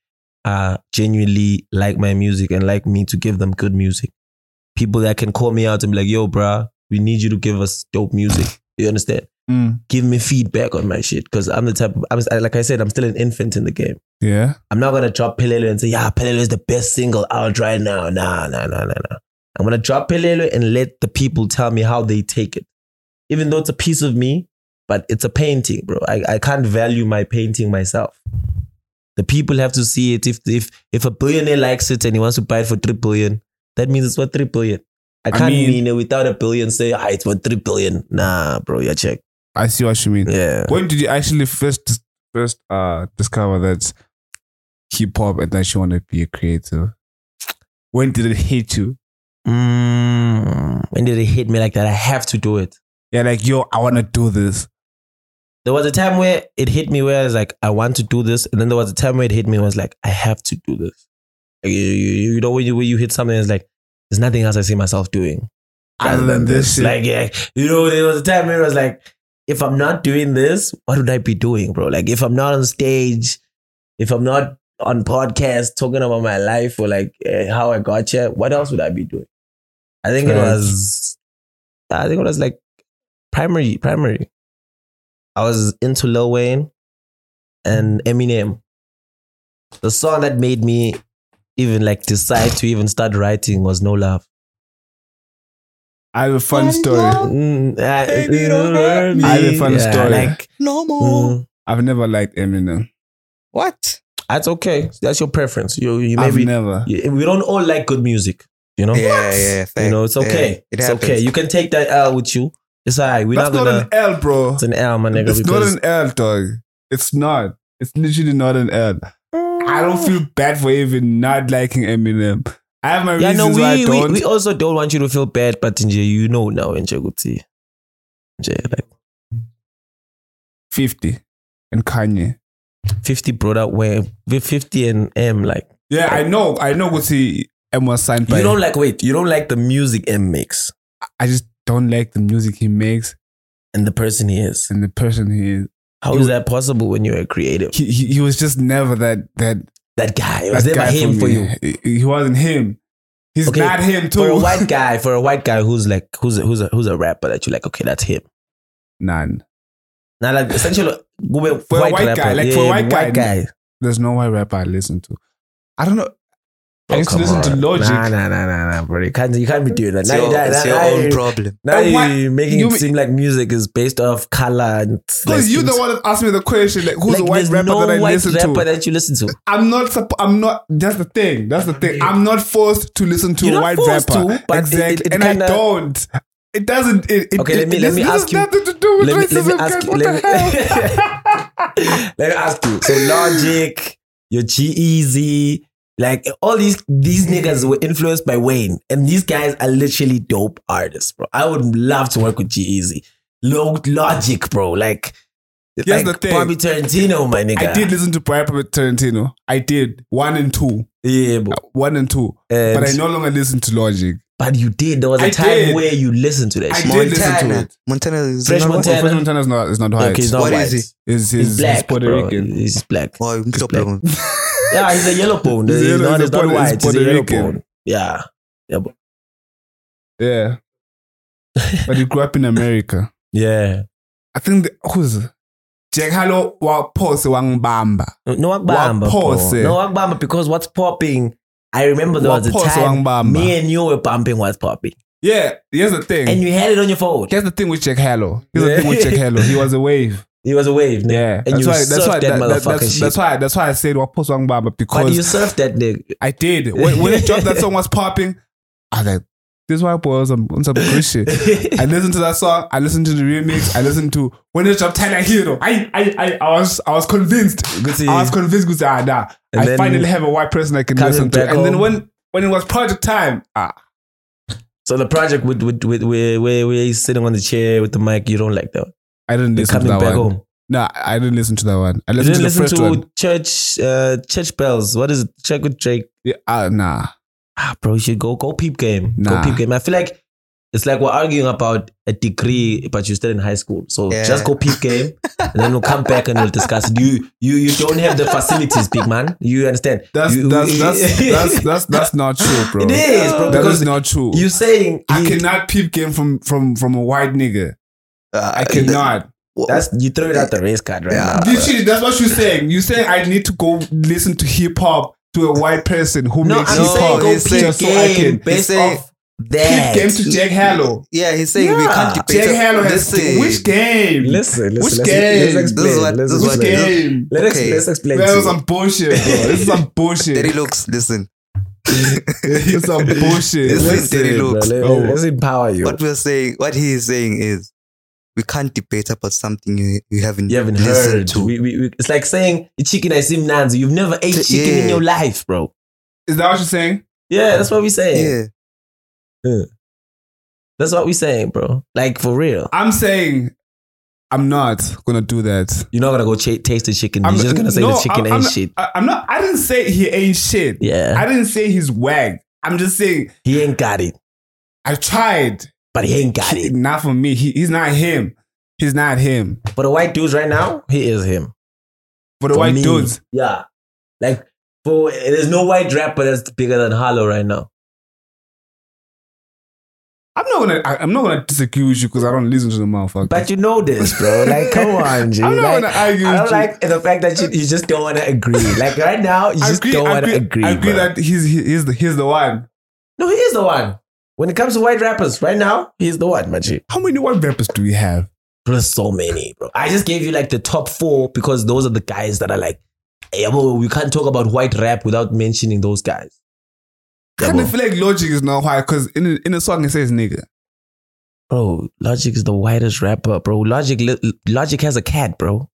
uh, genuinely like my music and like me to give them good music. People that can call me out and be like, yo, bruh, we need you to give us dope music. You understand? Mm. Give me feedback on my shit because I'm the type of, I'm, like I said, I'm still an infant in the game. Yeah. I'm not going to drop Pelelo and say, yeah, Pelelo is the best single out right now. Nah, nah, nah, nah, nah. I'm going to drop Pelelo and let the people tell me how they take it. Even though it's a piece of me, but it's a painting, bro. I, I can't value my painting myself. The people have to see it. If, if, if a billionaire likes it and he wants to buy it for 3 billion, that means it's worth 3 billion. I can't mean- mean it without a billion say, ah, it's worth 3 billion. Nah, bro, yeah, check. I see what you mean. Yeah. When did you actually first first uh discover that hip hop and that you want to be a creative? When did it hit you? Mm, when did it hit me like that? I have to do it. Yeah, like yo, I want to do this. there was a time where it hit me where I was like, I want to do this. And then there was a time where it hit me and I was like, I have to do this. Like, you, you, you know, when you, when you hit something, it's like, there's nothing else I see myself doing. Other than this shit. Like, yeah, you know, there was a time where I was like, if I'm not doing this, what would I be doing, bro? Like, if I'm not on stage, if I'm not on podcast talking about my life or like eh, how I got here, what else would I be doing? I think it Right. was, I think it was like primary, primary. I was into Lil Wayne and Eminem. The song that made me even like decide to even start writing was No Love. I have a fun Fun story. love. Mm, I, Baby, don't hurt me. I have a fun story. Like, No more. mm, I've never liked Eminem. What? that's okay. That's your preference. You, you I've maybe never. you- we don't all like good music. You know, Yeah, yeah. you fact. know it's Yeah, okay. it it's happens. okay. You can take that L with you. It's alright. We're That's not not, gonna. an L, bro. it's an L, my nigga. It's not because an L, dog. It's not. It's literally not an L. I don't feel bad for even not liking Eminem. I have my yeah, no, reasons why I we, we don't. we also don't want you to feel bad, but Nje, you know now, Nje Guti. Nje, like 50 and Kanye. fifty brought out where with fifty and M like Yeah, I know. I know. What see, M was signed by. you don't like wait, you don't like the music M makes I just don't like the music he makes and the person he is. and the person he is. How is that possible when you're a creative? He, he, he was just never that that That guy, it that was never guy him for me. you. He, he wasn't him. He's Okay, not him too. for a white guy, for a white guy who's like who's a, who's a, who's a rapper that you like, okay, that's him. None. Now like essentially for For a white guy, like, for a white guy. guy. There's no white rapper I listen to. I don't know. I Oh, used to come listen to on. Logic. Nah, nah, nah, nah, nah, bro. You can't you can't be doing that. It's Now, your, you- now, now, it's your now own you- problem. now And why- you're making you it mean- seem like music is based off color and Because you the one that asked me the question, like who's like, the white there's rapper no that I white listen rapper to? that you listen to. I'm not. Supp- I'm not. That's the thing. That's the thing. I'm not forced to listen to You're a not white forced rapper. to, but it- exactly, it- it and I kinda- don't. It doesn't. It, it, Okay, it, let me- it let me this ask has you- Nothing to do with Let me, let racism, me ask guys. you. What Let the hell? me, let me ask you. So Logic, your G Easy, like all these Mm-hmm. these niggas were influenced by Wayne, and these guys are literally dope artists, bro. I would love to work with G Easy, Logic, bro. Like, Here's like the thing. Bobby Tarantino, my nigga. I did listen to Brian Tarantino. I did one and two, yeah, bro. one and two. And- but I no longer listen to Logic. But you did. There was a I time did. where you listened to that. I shit. did listen to Montana. it. Montana is Fresh not Montana. Fresh Montana is not. It's not white. Okay, he's not What white. is he? He's, It's his black, Puerto bro. Rican. He's black. Why you black. problem? Yeah, he's a yellow bone. He's He's, yellow- not, he's he's a not Puerto- white. he's He's a Puerto yellow Rican. bone. Yeah. Yeah. bro. Yeah, but he grew up in America. Yeah. I think the, who's Jack Hallo Wapose Wangbamba. No Agbamba. pause, eh? No Agbamba because what's popping. I remember there was a Wa pause, time Wangbamba. me and you were bumping what's popping. Yeah, here's the thing. And you had it on your phone. here's the thing with Jack Hallo. Here's the Yeah. thing with Jack Hallo. He was a wave. It was a wave. nigga. Yeah, And you surfed that motherfucking that's, shit. that's why that's why I said Wapose Wangbamba But you because surfed that nigga. I did when, when it dropped. That song was popping. I was like, this white boy was on, on some good shit. I listened to that song. I listened to the remix. I listened to when it dropped Tyler Hero. I, I, I, I was, I was convinced. Good to I was you. convinced. Good, ah, nah. And I then finally have a white person I can coming listen to. back And then home. when, when it was project time, ah, So the project with with with where where where he's sitting on the chair with the mic, you don't like that. I didn't You're listen to coming that back one. home. No, I didn't listen to that one. I You listened didn't to listen the first to one. church uh, church bells. What is it? Check with Drake. Yeah, ah, nah. Ah, bro, you should go go peep game. Nah. Go peep game. I feel like it's like we're arguing about a degree, but you're still in high school. So Yeah. just go peep game, and then we'll come back and we'll discuss it. You you you don't have the facilities, big man. You understand? That's You- that's, that's that's that's that's not true, bro. it is, bro. That is Because not true. you saying I he- cannot peep game from from from a white nigga. Uh, I cannot. that's you throw it out the race card right Yeah. now. You see, that's what you're saying. You're saying I need to go listen to hip hop to a white person who No, makes I'm hip saying hop go he's peep game just so I can peep based saying- off that. game to Jack Hallow. Yeah, he's saying we Yeah. can't debate. Jack it. Hallow has Listen, which game? Listen, listen. Which let's, Let's game? This is explain. let's what- this which is what explain. it game? Let us Okay. let's explain. That to was you. some bullshit, bro. This is some Daddy bullshit. looks. Listen, It's some bullshit. This is Listen. dirty look. Let, Oh. us empower you. what we're saying, what he is saying is, we can't debate about something you you haven't you haven't listened heard. to. We, we, we, it's like saying chicken I seem nanzi. You've never ate chicken in Yeah. your life, bro. Is that what you're saying? Yeah, that's what we're saying. yeah, That's what we're saying, bro. Like for real. I'm saying I'm not gonna do that. You're not gonna go ch- taste the chicken. I'm You're just gonna say no, the chicken I'm, ain't I'm- shit. I, am not. I didn't say he ain't shit. yeah. I didn't say he's wag. I'm just saying he ain't got it. I tried. But he ain't got it. Not for me. He, he's not him. He's not him. For the white dudes right now, he is him. For the For white me, dudes, Yeah. Like for there's no white rapper that's bigger than Harlow right now. I'm not gonna. I, am not gonna disagree with you because I don't listen to the motherfucker. But you know this, bro. Like, come on, G. I'm not Like, gonna argue. I with don't you. like the fact that you, you just don't want to agree. Like right now, you I just don't want to agree. I agree bro. that he's he- he's the he's the one. no, he is the one. When it comes to white rappers, right now, he's the one, Maji. How many white rappers do we have? There's so many, bro. I just gave you like the top four because those are the guys that are like, yeah, well, we can't talk about white rap without mentioning those guys. I Yeah, kind of bro. feel like Logic is not white because in in the song it says nigga. Bro, Logic is the whitest rapper, bro. Logic, li- Logic has a cat, bro.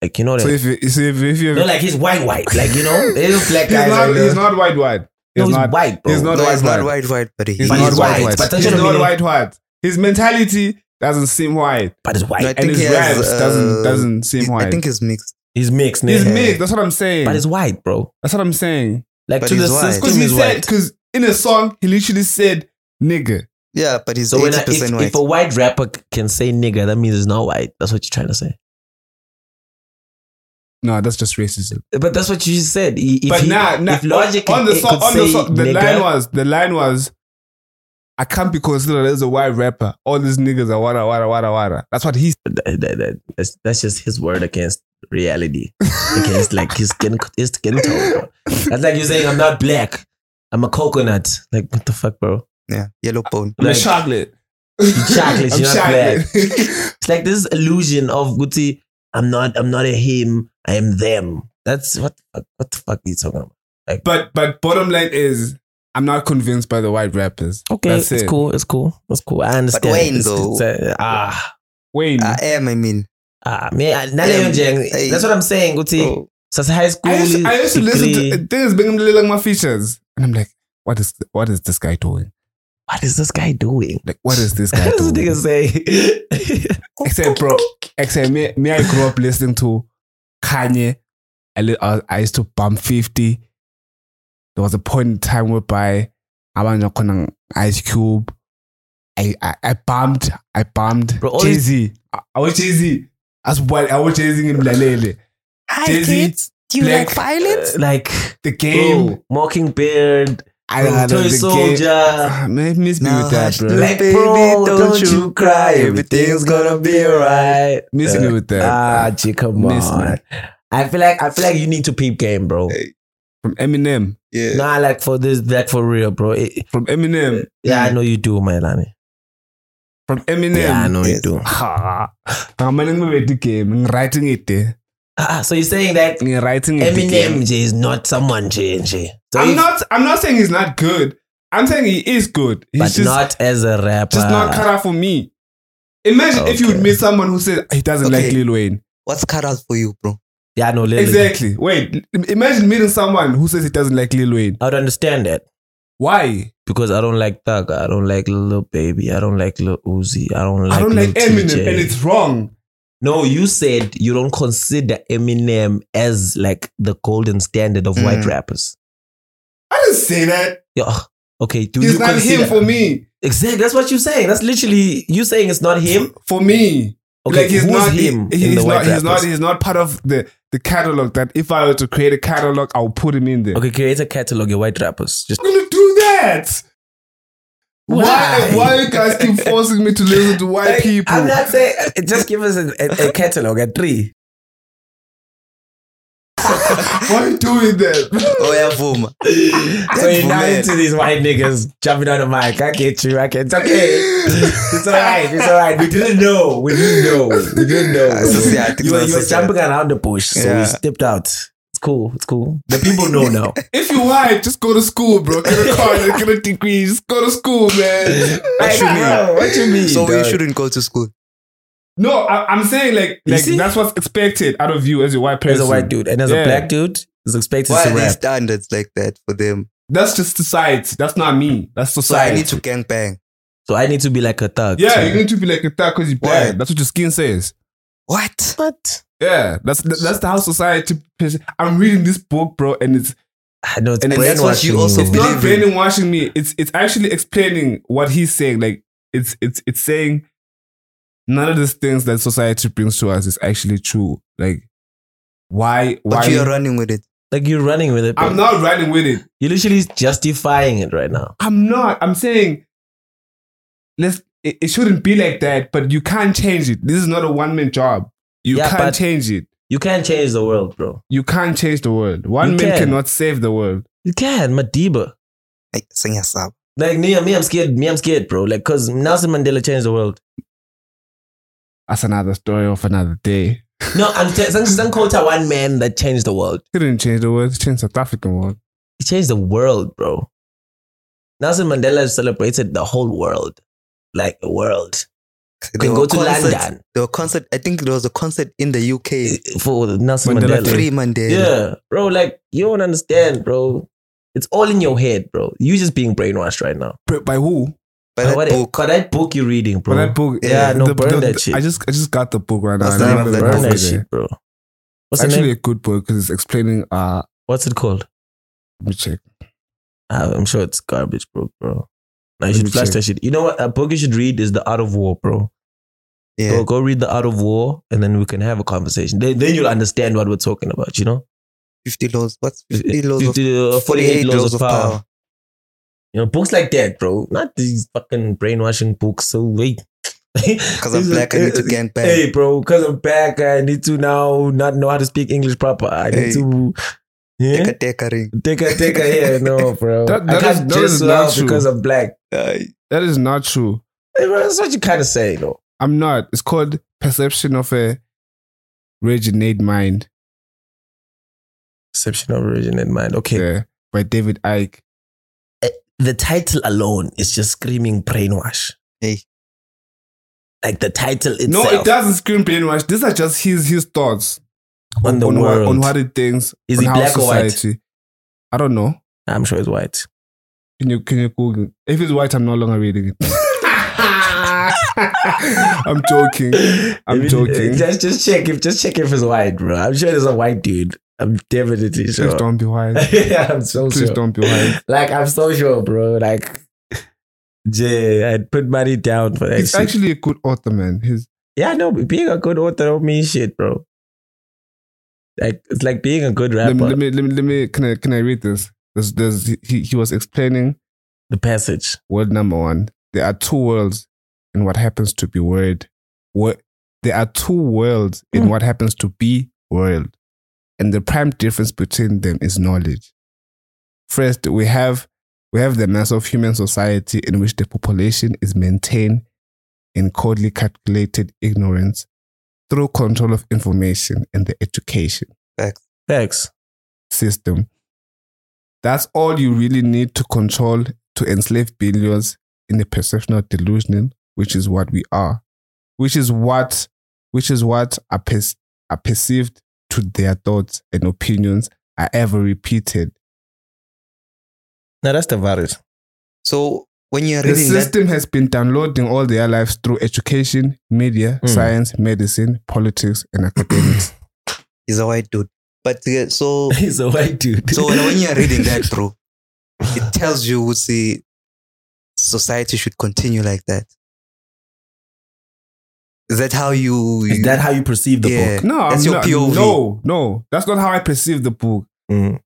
Like you know that. So if you- so if, if you no, like he's white, white. Like you know, there's black he's guys. not right there. he's not white white. no, He's he's not. white, bro. he's not no, white, it's white. not white, white, but he He's But not he's white. white, white. but that's He's what I not mean. white. White. His mentality doesn't seem white, but he's white. No, I and think his he raps has, doesn't uh, doesn't seem white. I think it's mixed. He's mixed, he's nigga. mixed. That's what I'm saying. But it's white, bro. That's what I'm saying. Like But to the he's Because white. system he is said, white. because in a song he literally said nigga. Yeah, but he's So when eighty I, if, percent white. if a white rapper c- can say nigga, that means it's not white. That's what you're trying to say. No, that's just racism. But that's what you just said. I- If but he- now, now if logic on the it so, could on the say so, the line nigga, was the line was. I can't be considered as a white rapper. All these niggas are wada wada wada wada. That's what he. that- that- that- that's, that's just his word against reality, against like his skin, his skin tone. Bro. That's like you saying I'm not black. I'm a coconut. Like what the fuck, bro? Yeah, yellow bone. I'm Like, a chocolate. chocolate, I'm you're not chocolate. It's like this illusion of Guti. I'm not. I'm not a him. I am them. That's what. What the fuck are you talking about? but but bottom line is, I'm not convinced by the white rappers. Okay, That's it's it. cool. It's cool. It's cool. I understand. Wayne, It's- though- it's, uh, ah. Wayne, I am, I mean. Ah, man, I- none Yeah, of them, hey. that's what I'm saying. Guti, Bro, since high school, Oh. I used, I used to listen degree- to things being like my features, and I'm like, what is what is this guy doing? what is this guy doing? Like, what is this guy What does this doing? nigga say? except bro, except me, me, I grew up listening to Kanye. I, li- I, I used to bump fifty. There was a point in time whereby I was on Ice Cube. I, I I bumped, I bumped Bro, all Jay Z. I, I was Jay Z. That's what I was Jay Z in Mlalele. Jay Z, Do you Black- uh, like violence? like, the game. bro, Mockingbird, I bro, had Toy the game. Soldier. Ah, man, miss me Now with that, hush bro. the Like, Baby, bro, don't don't you you cry. cry. Everything's gonna be alright. miss me with that. Ah, gee, come Miss on. I feel like I feel like you need to peep game, bro. Hey. From Eminem. yeah. Nah, like for this, like for real, bro. It- From Eminem. yeah, I know you do, my Lani. From Eminem. Yeah, I know you Yes. do. Ha. I'm the game. I'm writing it there. Ah, so you're saying that I'm writing it. the game. Eminem J is not someone J and J. So Mm-hmm. I'm if- not. I'm not saying he's not good. I'm saying he is good. He's but just not as a rapper. just not cut out for me. Imagine if you would Okay. meet someone who said he doesn't like Okay. Lil Wayne. What's cut out for you, bro? yeah, no, literally. Exactly. Wait. im- Imagine meeting someone who says he doesn't like Lil Wayne. I would understand that Why? because I don't like Thug. I don't like Lil Baby. I don't like Lil Uzi. I don't like. I don't like Lil Eminem, TJ. and it's wrong. no. You said you don't consider Eminem as like the golden standard of white Mm. rappers. I didn't say that. Yeah. ugh, Okay. Do He's you not consider him for me. Exactly. That's what you're saying. That's literally you saying it's not him. For me. Okay. like he's who's not him he- in the he's not white he's not rappers? he's not part of the the catalog that if I were to create a catalog I'll put him in there. Okay, create a catalog of white rappers. Just I'm gonna do that. Why? Why? why you guys keep forcing me to listen to white Like, people? I'm not saying. Just give us a, a, a catalog at three. Why are you doing that? Oh, yeah, boom. so you're now man. into these white niggas jumping on the mic. I get you. I get. It's okay. It's all right. It's all right. We didn't know. We didn't know. We didn't know. So, see, I think you were, that's you were okay. jumping around the bush, so Yeah. we stepped out. It's cool. It's cool. The people know now. if you white, just go to school, bro. Get a college, get a degree, just go to school, man. Like, bro, what you mean? So you dog? shouldn't go to school. No, I, I'm saying like You like see? that's what's expected out of you as a white As person. a white dude and as Yeah. a black dude, is expected Why to are there rap. standards like that for them? That's just society. That's not me. That's So society. I need to gang bang. So I need to be like a thug. Yeah, too. you need to be like a thug because you're Why? black. That's what your skin says. What? What? Yeah, that's that's how society. pers- I'm reading this book, bro, and it's I know it's And that's what you brainwashing also you. it's not Believe it. brainwashing me. It's it's actually explaining what he's saying. Like it's it's it's saying none of these things that society brings to us is actually true. Like why why But you are running with it. Like you're running with it. bro. I'm not running with it. You're literally justifying it right now. I'm not. I'm saying let's. It, it shouldn't be like that. But you can't change it. This is not a one man job. You Yeah, can't but- change it. You can't change the world, bro. You can't change the world. One You man can. cannot save the world. You can, Madiba. Ay, sing us up. Like me, me, I'm scared. Me, I'm scared, bro. Like, cause Nelson Mandela changed the world. That's another story of another day. No, I'm t- some, some quote are one man that changed the world. He didn't change the world. He changed South African world. He changed the world, bro. Nelson Mandela celebrated the whole world, like the world. There Can were go to concerts- London There were concert. I think there was a concert in the UK. for Nelson Mandela Mandela. Day. Three Monday. Yeah, bro. Like you don't understand, bro. It's all in your head, bro. You just being brainwashed right now. But by who? By that what, book. By that book you're reading, bro. By that book. Yeah, no, burn the- that shit. I just, I just got the book right now. That's and I the name of remember the that Burn book. that is there. shit, bro. It's What's the actually name? a good book because it's explaining. Uh, What's it called? let me check. Uh, I'm sure it's garbage, bro. bro. Now you Let me should flush check. that shit. You know what? A book you should read is The Art of War, bro. Yeah. Go, go read The Art of War and then we can have a conversation. Then, then you'll understand what we're talking about, you know? 50 laws. What's 50 laws of 50, uh, 48 laws, of, power. You know, books like that, bro. Not these fucking brainwashing books. So wait. Because I'm black, I need eh, to get back. Hey, bro, because I'm back, I need to now not know how to speak English proper. I need Hey. to. Yeah? Take a take a ring. Take a take a yeah, no, bro. That- I that can't is- that just is not love true. because I'm black. Aye. That is not true. Hey, bro, that's what you kind of say, though. I'm not. It's called perception of a reginate mind. Perception of origin in mind. Okay, Yeah, by David Icke. the title alone is just screaming brainwash. Hey. Like the title No, itself it doesn't scream brainwash. These are just his his thoughts on the on what world. on what he thinks. Is on he how black or white? society- I don't know. I'm sure it's white. Can you can you Google? If it's white, I'm no longer reading it. I'm joking. I'm If it- joking. Just just check if just check if it's white, bro. I'm sure it's a white dude. I'm definitely Please sure. don't be white. yeah, I'm so Please sure. don't be white. Like I'm so sure, bro. Like, Jay, I'd put money down for that. He's shit. actually a good author, man. He's Yeah, no, being a good author don't mean shit, bro. Like it's like being a good rapper. let me, let me let me let me can I can I read this? There's, there's he he was explaining the passage. World number one. There are two worlds in what happens to be world. What there are two worlds in Hmm. what happens to be world. And the prime difference between them is knowledge. First, we have we have the mass of human society in which the population is maintained in coldly calculated ignorance through control of information and the education Facts. system. That's all you really need to control to enslave billions in a perceptional delusion, which is what we are, which is what, which is what are, per- are perceived to their thoughts and opinions are ever repeated. Now that's the virus. So when you're The reading that, system has been downloading all their lives through education, media, Hmm. Mm. science, medicine, politics, and academics. he's a white dude. But uh, so He's a white dude. so when, when you're reading that through, it tells you would see society should continue like that. Is that how you? is you- that how you perceive the yeah, book? No, That's I'm your not, POV. no, no, that's not how I perceive the book. Mm.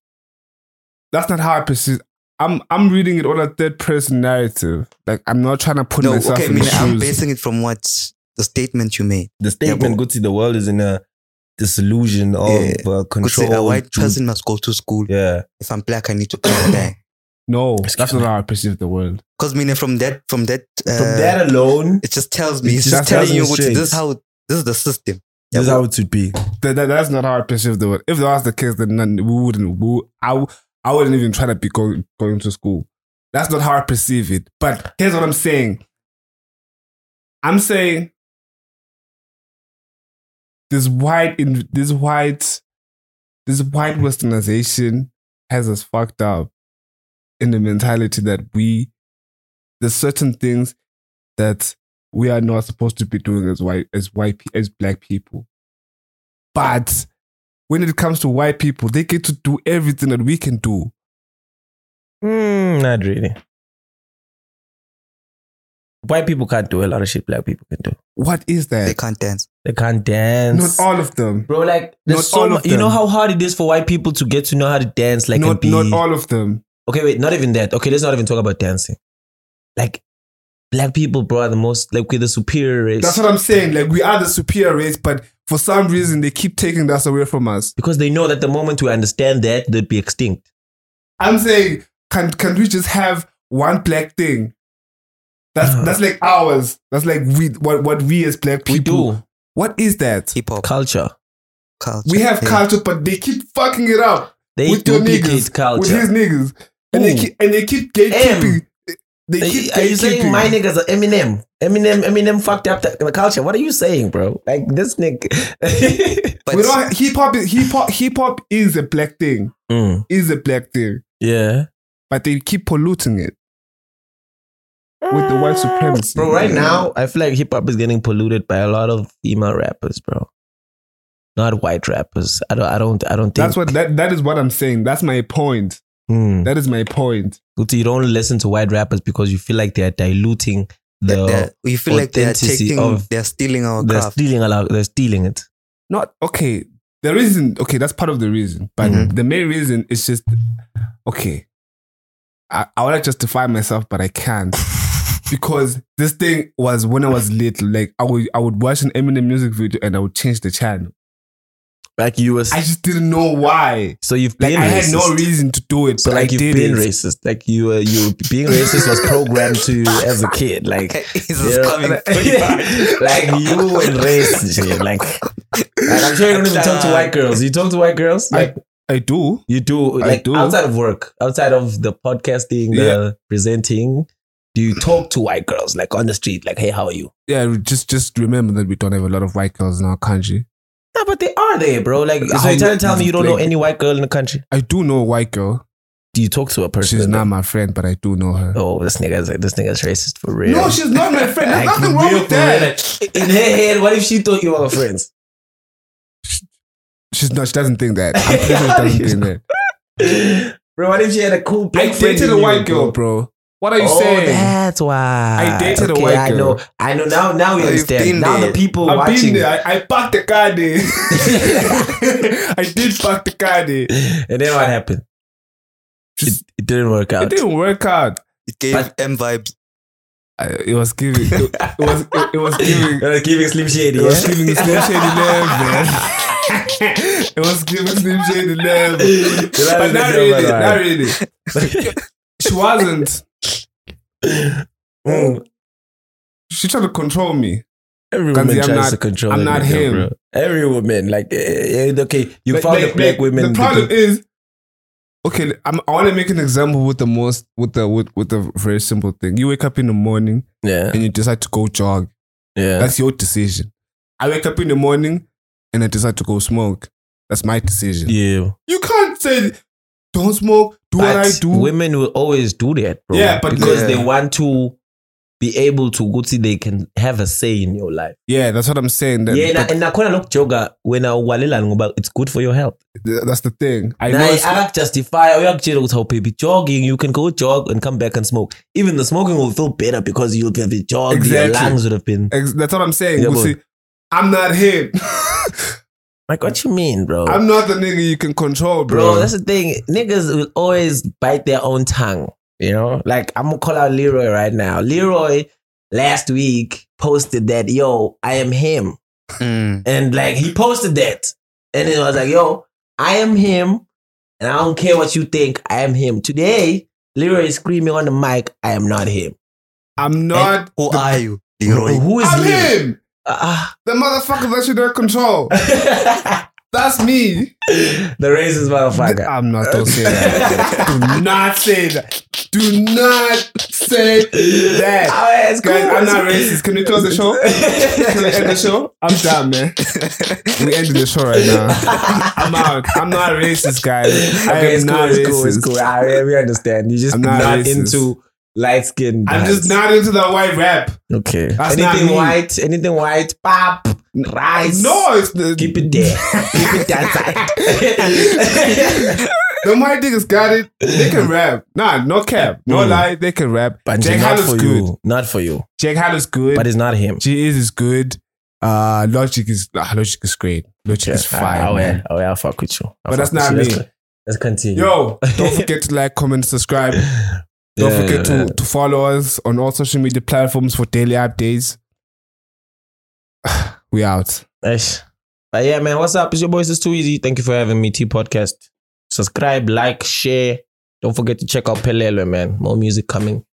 that's not how I perceive. I'm I'm reading it on a third person narrative. Like I'm not trying to put No, myself okay. I in the mean, I'm shoes. basing it from what the statement you made. The Yeah, statement but- Gucci, the world is in a disillusion of Yeah. uh, Could say control. a white to- person must go to school. Yeah. If I'm black, I need to come back. no, Excuse that's not me. how I perceive the world. Because meaning from that, from that, uh, From that alone, it just tells me. It It's just just telling doesn't you what, this change. is how this is the system. this is how it should be. That, that- that's not how I perceive the world. If that was the case, then none, we wouldn't. We, would- I w- I wouldn't even try to be going going to school. That's not how I perceive it. But here's what I'm saying. I'm saying this white in this white this white westernization has us fucked up in the mentality that we there's certain things that we are not supposed to be doing as white as white pe- as black people but when it comes to white people they get to do everything that we can do Mm, not really. White people can't do a lot of shit black people can do. what is They that can't dance. They can't dance. not all of them Bro, like there's Not so all mu- of you know them. how hard it is for white people to get to know how to dance, like and not, be. not all of them okay, wait, not even that. Okay, let's not even talk about dancing. Like black people, bro, are the most like with the superior race that's what i'm saying like we are the superior race but for some reason they keep taking that away from us because they know that the moment we understand that, they'd be extinct. i'm saying can can we just have one black thing that's Uh. that's like ours that's like we what, what we as black We people do what is that Hip hop culture. culture. we have yeah. culture but they keep fucking it up They with your duplicate niggas, with culture. his niggas, and they Who? keep and they keep gatekeeping. They keep are you saying gatekeeping. my niggas are Eminem? Eminem, Eminem fucked up the, the culture. What are you saying, bro? Like this nigga. But We don't hip hop. is- Hip hop. Hip hop is a black thing. Mm, Is a black thing. yeah. But they keep polluting it with the white supremacy. Bro, right now, I feel like hip hop is getting polluted by a lot of female rappers, bro. Not white rappers. I don't I don't I don't think that's what that that is what I'm saying. That's my point. Hmm. That is my point. Kuti, you don't listen to white rappers because you feel like they are diluting the that they're- you feel like they're authenticity taking, of- they're stealing our they're craft. stealing allow, they're stealing it. Not okay. The reason, okay, that's part of the reason, but Mm-hmm. Mhm. the main reason is just okay. I, I want to justify myself, but I can't because this thing was when I was little. Like I would, I would watch an Eminem music video and I would change the channel. Like you was I just didn't know why. so you've Like been I racist. had no reason to do it, so but like I you've did been it. racist. Like you were you being racist was programmed to you as a kid. Like this you is know, coming pretty bad. like you and racist. yeah, Like, like I'm sure you don't even talk to white girls. You talk to white girls? Like I do. you do I like do. outside of work, outside of the podcasting, the presenting. Do you talk to white girls like on the street? Like, hey, how are you? Yeah, we just just remember that we don't have a lot of white girls in our country. No, but they are there, bro. Like, so How you're trying to tell many- me you don't know like- any white girl in the country? I do know a white girl. Do you talk to a person? She's not my friend, but I do know her. Oh, this nigga's like this nigga's racist for real. she's not my friend. Like, real for real. In her head, what if she thought you were friends? She's not. She doesn't think that. I'm pretty sure she doesn't think that. Bro, what if she had a Oh, cool black I friend dated you a knew, white girl, bro. What are you saying? that's why. I dated a white I girl. know. I know. Now, now we I've understand. been Now the there. people I've watching, been there. I, I parked the car there. I did park the car there. and then what happened? It, Just- it didn't work It out. didn't work out. It gave But- M vibes. I, it was giving. It, it was. It, it was giving. You're giving Slim Shady. It was Yeah? giving Slim Shady love, man. it was giving Slim Shady love. But not really. Not really. She wasn't. Mm. She tried to control me. Every Kanzi, woman I'm tries not- to control. I'm every not girl, him. bro. Every woman, like, eh, eh, okay, you Like- found like- a black like, woman. The that problem is, okay, I'm, I want to make an example with the most with the with, with the very simple thing. You wake up in the morning do- yeah, and you decide to go jog. yeah. That's your decision. I wake up in the morning and I decide to go smoke. That's my decision. Yeah, You can't say don't smoke. Do but what I do. women will always do that, bro. Yeah, but- because Yeah. they want to be able to go see they can have a say in your life. yeah, that's what I'm saying. That, yeah, and I- but and nakhona lokhu joga wena uwalela ngoba it's good for your health. th- that's the thing. I know. Naye it's- akakujustifya uyakutshela ukuthi hawu baby jogging you can go jog and come back and smoke even the smoking will feel better because you'll have been jogged Exactly. your lungs would have been ex- that's what I'm saying. Yeah, You but- see, I'm not him. like what you mean bro I'm not the nigga you can control, Oh. bro that's the thing niggas will always bite their own tongue you know like i'm gonna call out leroy right now leroy last week posted that yo i am him Mm. and like he posted that and it was like yo i am him and i don't care what you think i am him today leroy is screaming on the mic i am not him I'm not. Who the- are you, Leroy? who is I'm he him. Ah. The motherfucker that you don't control. That's me. the racist motherfucker I'm not. Don't say that. Do not say that. Do not say that. Oh, it's Guys, cool. I'm not racist. Can we close the show? Can we end the show? I'm done, man. We ended the show right now. I'm out. I'm not racist, guys. I Okay, am it's cool, not it's racist. cool, it's cool. I, we understand. You're just I'm not, not racist. into light skin. I'm just not into that white rap. Okay. That's not anything me. white, anything white, pop, rice. No, it's the, Keep it there. Keep it that side. the white niggas got it. They can rap. Nah, no cap. No Mm. lie, they can rap. but Jack not Haller's for good. you. Not for you. Jack Haller's good. But it's not him. GEs is good. Uh, Logic is ah, Logic is great. Logic is fire. Oh, man. yeah. Oh, yeah. I'll fuck with you. I'll But that's fuck with not you. me. Let's, let's continue. Yo, don't forget to like, comment, subscribe. Don't Yeah, forget yeah. to, to follow us on all social media platforms for daily updates. we out. Yes. But yeah, man, what's up? It's your boy, It's Too Easy. Thank you for having me, T Podcast. Subscribe, like, share. Don't forget to check out Pelelwe, man. More music coming.